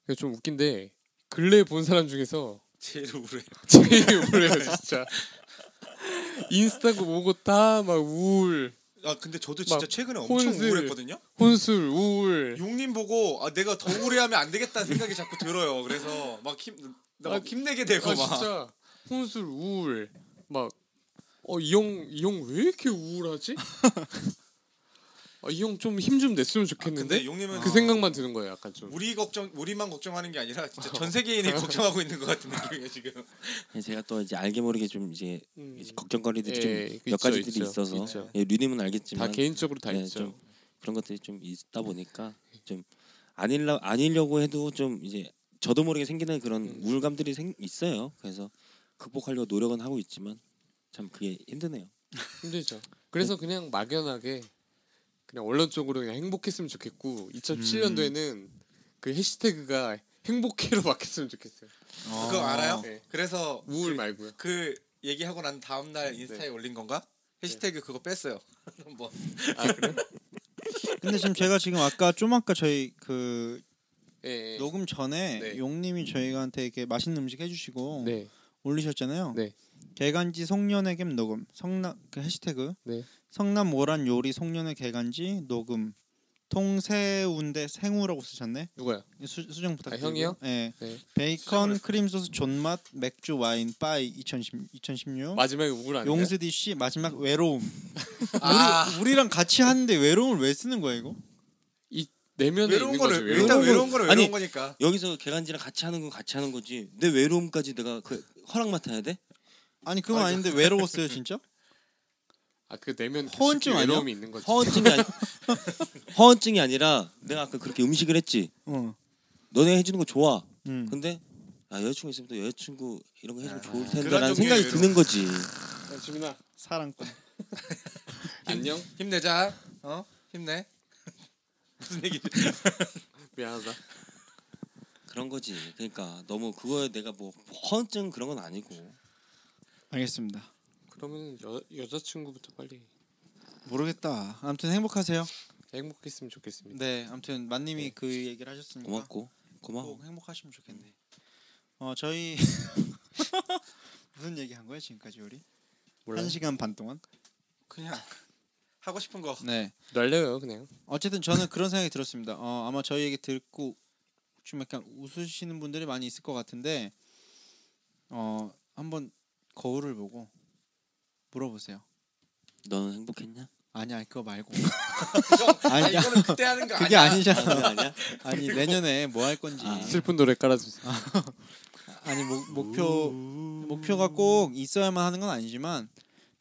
S3: 그게 좀 웃긴데 근래 본 사람 중에서
S2: 제일 우울해.
S3: 제일 우울해요 진짜 인스타고 뭐고 다 막 우울
S2: 아 근데 저도 진짜
S3: 막
S2: 최근에 엄청
S3: 혼술.
S2: 우울했거든요.
S3: 혼술 우울
S2: 용님 보고 아 내가 더 우울해하면 안 되겠다는 생각이 자꾸 들어요. 그래서 막힘나막
S3: 아,
S2: 힘내게 되고
S3: 아
S2: 막
S3: 진짜 혼술 우울 막어이형이형 왜 이렇게 우울하지? 아 이 형 좀 힘 좀 냈으면 좋겠는데
S2: 아, 근데 용님은
S3: 그 생각만 드는 거예요 약간 좀
S4: 음.
S2: 우리 걱정 우리만 걱정하는 게 아니라 진짜 전 세계인이 걱정하고 있는 것 같은 느낌이에요 지금.
S4: 예, 제가 또 이제 알게 모르게 좀 이제
S3: 음,
S4: 이제 걱정거리들이
S3: 예,
S4: 좀
S3: 예,
S4: 몇
S3: 있죠,
S4: 가지들이
S3: 있죠,
S4: 있어서
S3: 있죠.
S4: 예, 류님은
S3: 다
S4: 알겠지만
S3: 개인적으로 다
S4: 네,
S3: 있죠
S4: 좀 그런 것들이 좀 있다 보니까 좀 아닐라 아니려고 해도 좀 이제 저도 모르게 생기는 그런
S3: 음.
S4: 우울감들이 생, 있어요. 그래서 극복하려고 노력은 하고 있지만 참 그게 힘드네요.
S3: 힘들죠. 그래서 그냥 막연하게 그냥 원론적으로 그냥 행복했으면 좋겠고 2007년도에는 그 해시태그가 행복해로 바뀌었으면 좋겠어요.
S2: 그거
S1: 어.
S2: 알아요?
S3: 네.
S2: 그래서
S3: 우울
S2: 그,
S3: 말고요. 네.
S2: 그 얘기하고 난 다음 날 인스타에 올린 건가? 해시태그 그거 뺐어요. 뭐
S1: 근데 지금 제가 지금 아까 좀 아까 저희 그
S3: 예. 예.
S1: 녹음 전에
S3: 네.
S1: 용님이 저희한테 이렇게 맛있는 음식 해주시고
S3: 네.
S1: 올리셨잖아요.
S3: 네.
S1: 개간지 송년회 겸 녹음 성남 그 해시태그
S3: 네.
S1: 성남 모란 요리 송년회 개간지 녹음 통새운데 생우라고 쓰셨네.
S3: 누가요?
S1: 수, 수정 부탁드리고요.
S3: 형이요?
S1: 예.
S3: 네.
S1: 베이컨 크림 소스 존맛 맥주 와인 빠이 2010, 2016
S3: 마지막에 우울 아니에요?
S1: 어? 용스디 씨 마지막 외로움.
S2: 아.
S1: 우리, 우리랑 같이 하는데 외로움을 왜 쓰는 거야 이거?
S3: 내면에
S2: 외로운
S3: 있는 거죠.
S2: 거를 일단 외로운
S4: 거.
S2: 거를 외로운
S4: 아니,
S2: 거니까.
S4: 여기서 개간지랑 같이 하는 건 같이 하는 거지. 내 외로움까지 내가 그 허락 맡아야 돼?
S1: 아니 그건 아닌데 외로웠어요 진짜?
S3: 아그 내면
S1: 허언증 아니야?
S3: 외로움이 있는 거죠.
S4: 허언증이 아니 허언증이 아니라 내가 아까 그렇게 음식을 했지.
S1: 어.
S4: 너네 해주는 거 좋아.
S1: 음.
S4: 근데 아 여자친구 있으면 또 여자친구 이런 거 해주면 좋을
S2: 그런
S4: 텐데라는
S2: 종류의
S4: 생각이
S2: 외로움.
S4: 드는 거지.
S3: 야, 지민아
S1: 사랑꾼.
S3: 안녕.
S2: 힘내자. 어? 힘내. 무슨 얘기?
S3: 미안하다.
S4: 그런 거지. 그러니까 너무 그거에 내가 뭐 허언증 그런 건 아니고.
S1: 알겠습니다.
S3: 그러면 여 여자친구부터 빨리
S1: 모르겠다. 아무튼 행복하세요.
S3: 행복했으면 좋겠습니다.
S1: 네, 아무튼 만님이 그 얘기를 하셨으니까
S4: 고맙고 고마워.
S1: 꼭 행복하시면 좋겠네. 어 저희 무슨 얘기 한 거야 지금까지 우리?
S3: 몰라요.
S1: 한 시간 반 동안?
S2: 그냥 하고 싶은 거.
S1: 네.
S3: 날려요 그냥.
S1: 어쨌든 저는 그런 생각이 들었습니다. 어, 아마 저희 얘기 듣고 좀 약간 웃으시는 분들이 많이 있을 것 같은데 어, 한번 거울을 보고 물어보세요.
S4: 너는 행복했냐?
S1: 아니 아니 그거 말고
S2: 이거-
S1: 아니,
S2: 아, 이거는 그때 하는 거
S1: 그게
S2: 아니야.
S1: 아니잖아. 아니 내년에 뭐 할 건지
S4: 아.
S3: 슬픈 노래 깔아주세요.
S1: 아니 목, 목표 목표가 꼭 있어야만 하는 건 아니지만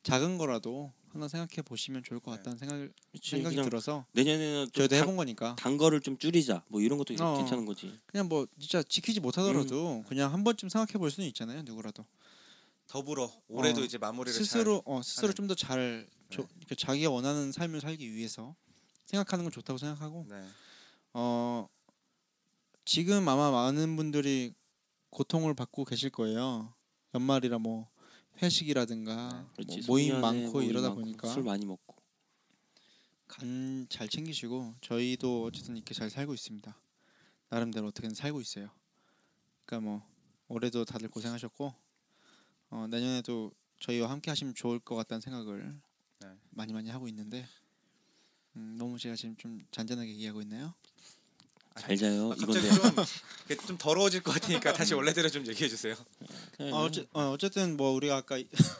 S1: 작은 거라도 하나 생각해 보시면 좋을 것 같다는 생각을 생각이
S4: 그냥
S1: 들어서
S4: 내년에는 좀
S1: 저희도
S4: 당-
S1: 해본 거니까
S4: 단 거를 좀 줄이자. 뭐 이런 것도
S1: 어.
S4: 괜찮은 거지.
S1: 그냥 뭐 진짜 지키지 못하더라도 그냥 한 번쯤 생각해 볼 수는 있잖아요 누구라도.
S2: 더불어 올해도
S1: 어.
S2: 이제 마무리를
S1: 스스로 어 스스로
S2: 하는.
S1: 좀 더 잘
S2: 네.
S1: 자기가 원하는 삶을 살기 위해서 생각하는 건 좋다고 생각하고
S2: 네.
S1: 어 지금 아마 많은 분들이 고통을 받고 계실 거예요. 연말이라 뭐 회식이라든가 뭐 모임 많고 이러다 보니까
S4: 술 많이 먹고
S1: 간 잘 챙기시고 저희도 어쨌든 이렇게 잘 살고 있습니다. 나름대로 어떻게든 살고 있어요. 그러니까 뭐 올해도 다들 고생하셨고 어, 내년에도 저희와 함께 하시면 좋을 것 같다는 생각을
S2: 네.
S1: 많이 많이 하고 있는데 음, 너무 제가 지금 좀 잔잔하게 얘기하고 있나요?
S4: 잘 자요.
S2: 아, 갑자기
S4: 이건데.
S2: 좀좀 좀 더러워질 것 같으니까 다시 원래대로 좀 얘기해 주세요.
S4: 네,
S1: 어, 어째, 어, 어쨌든 뭐 우리가 아까 이-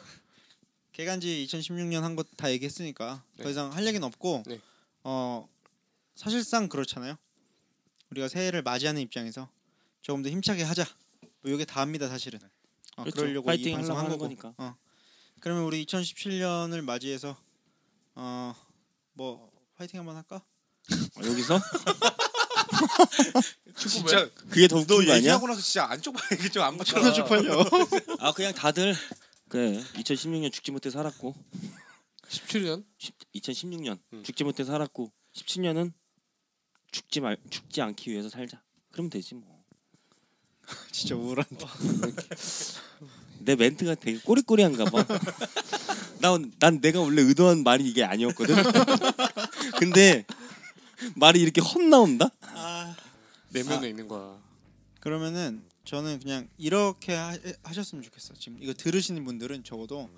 S1: 개간지 2016년 한 것 다 얘기했으니까 더
S3: 네.
S1: 이상 할 얘기는 없고
S3: 네.
S1: 어 사실상 그렇잖아요. 우리가 새해를 맞이하는 입장에서 조금 더 힘차게 하자. 뭐 이게 다입니다 사실은. 어,
S4: 그렇죠.
S1: 그러려고이
S4: 파이팅
S1: 방송 한
S4: 하려고 하는
S1: 거고.
S4: 거니까.
S1: 어. 그러면 우리 2017년을 맞이해서 어, 어뭐 파이팅 한번 할까?
S4: 어, 여기서
S2: 진짜
S4: 그게 더욱
S2: 너
S4: 웃긴 거 아니야?
S2: 얘기하고 나서 진짜 안쪽 발이 좀안 붙여.
S1: 쪽팔려.
S4: 아 그냥 다들 그래 2016년 죽지 못해 살았고
S3: 17년
S4: 2016년
S3: 음.
S4: 죽지 못해 살았고 17년은 죽지 말 죽지 않기 위해서 살자. 그럼 되지 뭐.
S1: 진짜 우울한데.
S4: 내 멘트가 되게 꼬리꼬리한가 봐. 난, 난 내가 원래 의도한 말이 이게 아니었거든. 근데 말이 이렇게 헛나온다?
S3: 내면에 있는 거야.
S1: 그러면은 저는 그냥 이렇게 하, 하셨으면 좋겠어. 지금 이거 들으시는 분들은 적어도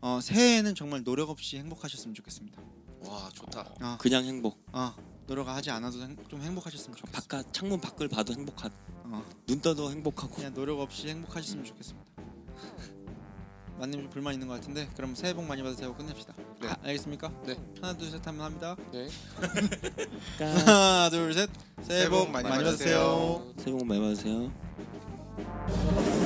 S1: 어, 새해에는 정말 노력 없이 행복하셨으면 좋겠습니다.
S2: 와 좋다.
S1: 아,
S4: 그냥 행복.
S1: 아 노력하지 않아도 행, 좀 행복하셨으면 좋겠어.
S4: 바깥 창문 밖을 봐도 행복한.
S1: 어.
S4: 눈 떠도 행복하고.
S1: 그냥 노력 없이 행복하셨으면 좋겠습니다. 만님 좀 불만 있는 것 같은데 그럼 새해 복 많이 받으세요. 끝냅시다.
S3: 네.
S1: 아, 알겠습니까?
S3: 네.
S1: 하나 둘 셋 하면 합니다.
S3: 네.
S1: 하나 둘 셋. 새해 복 많이, 받으세요.
S4: 새해 복 많이 받으세요.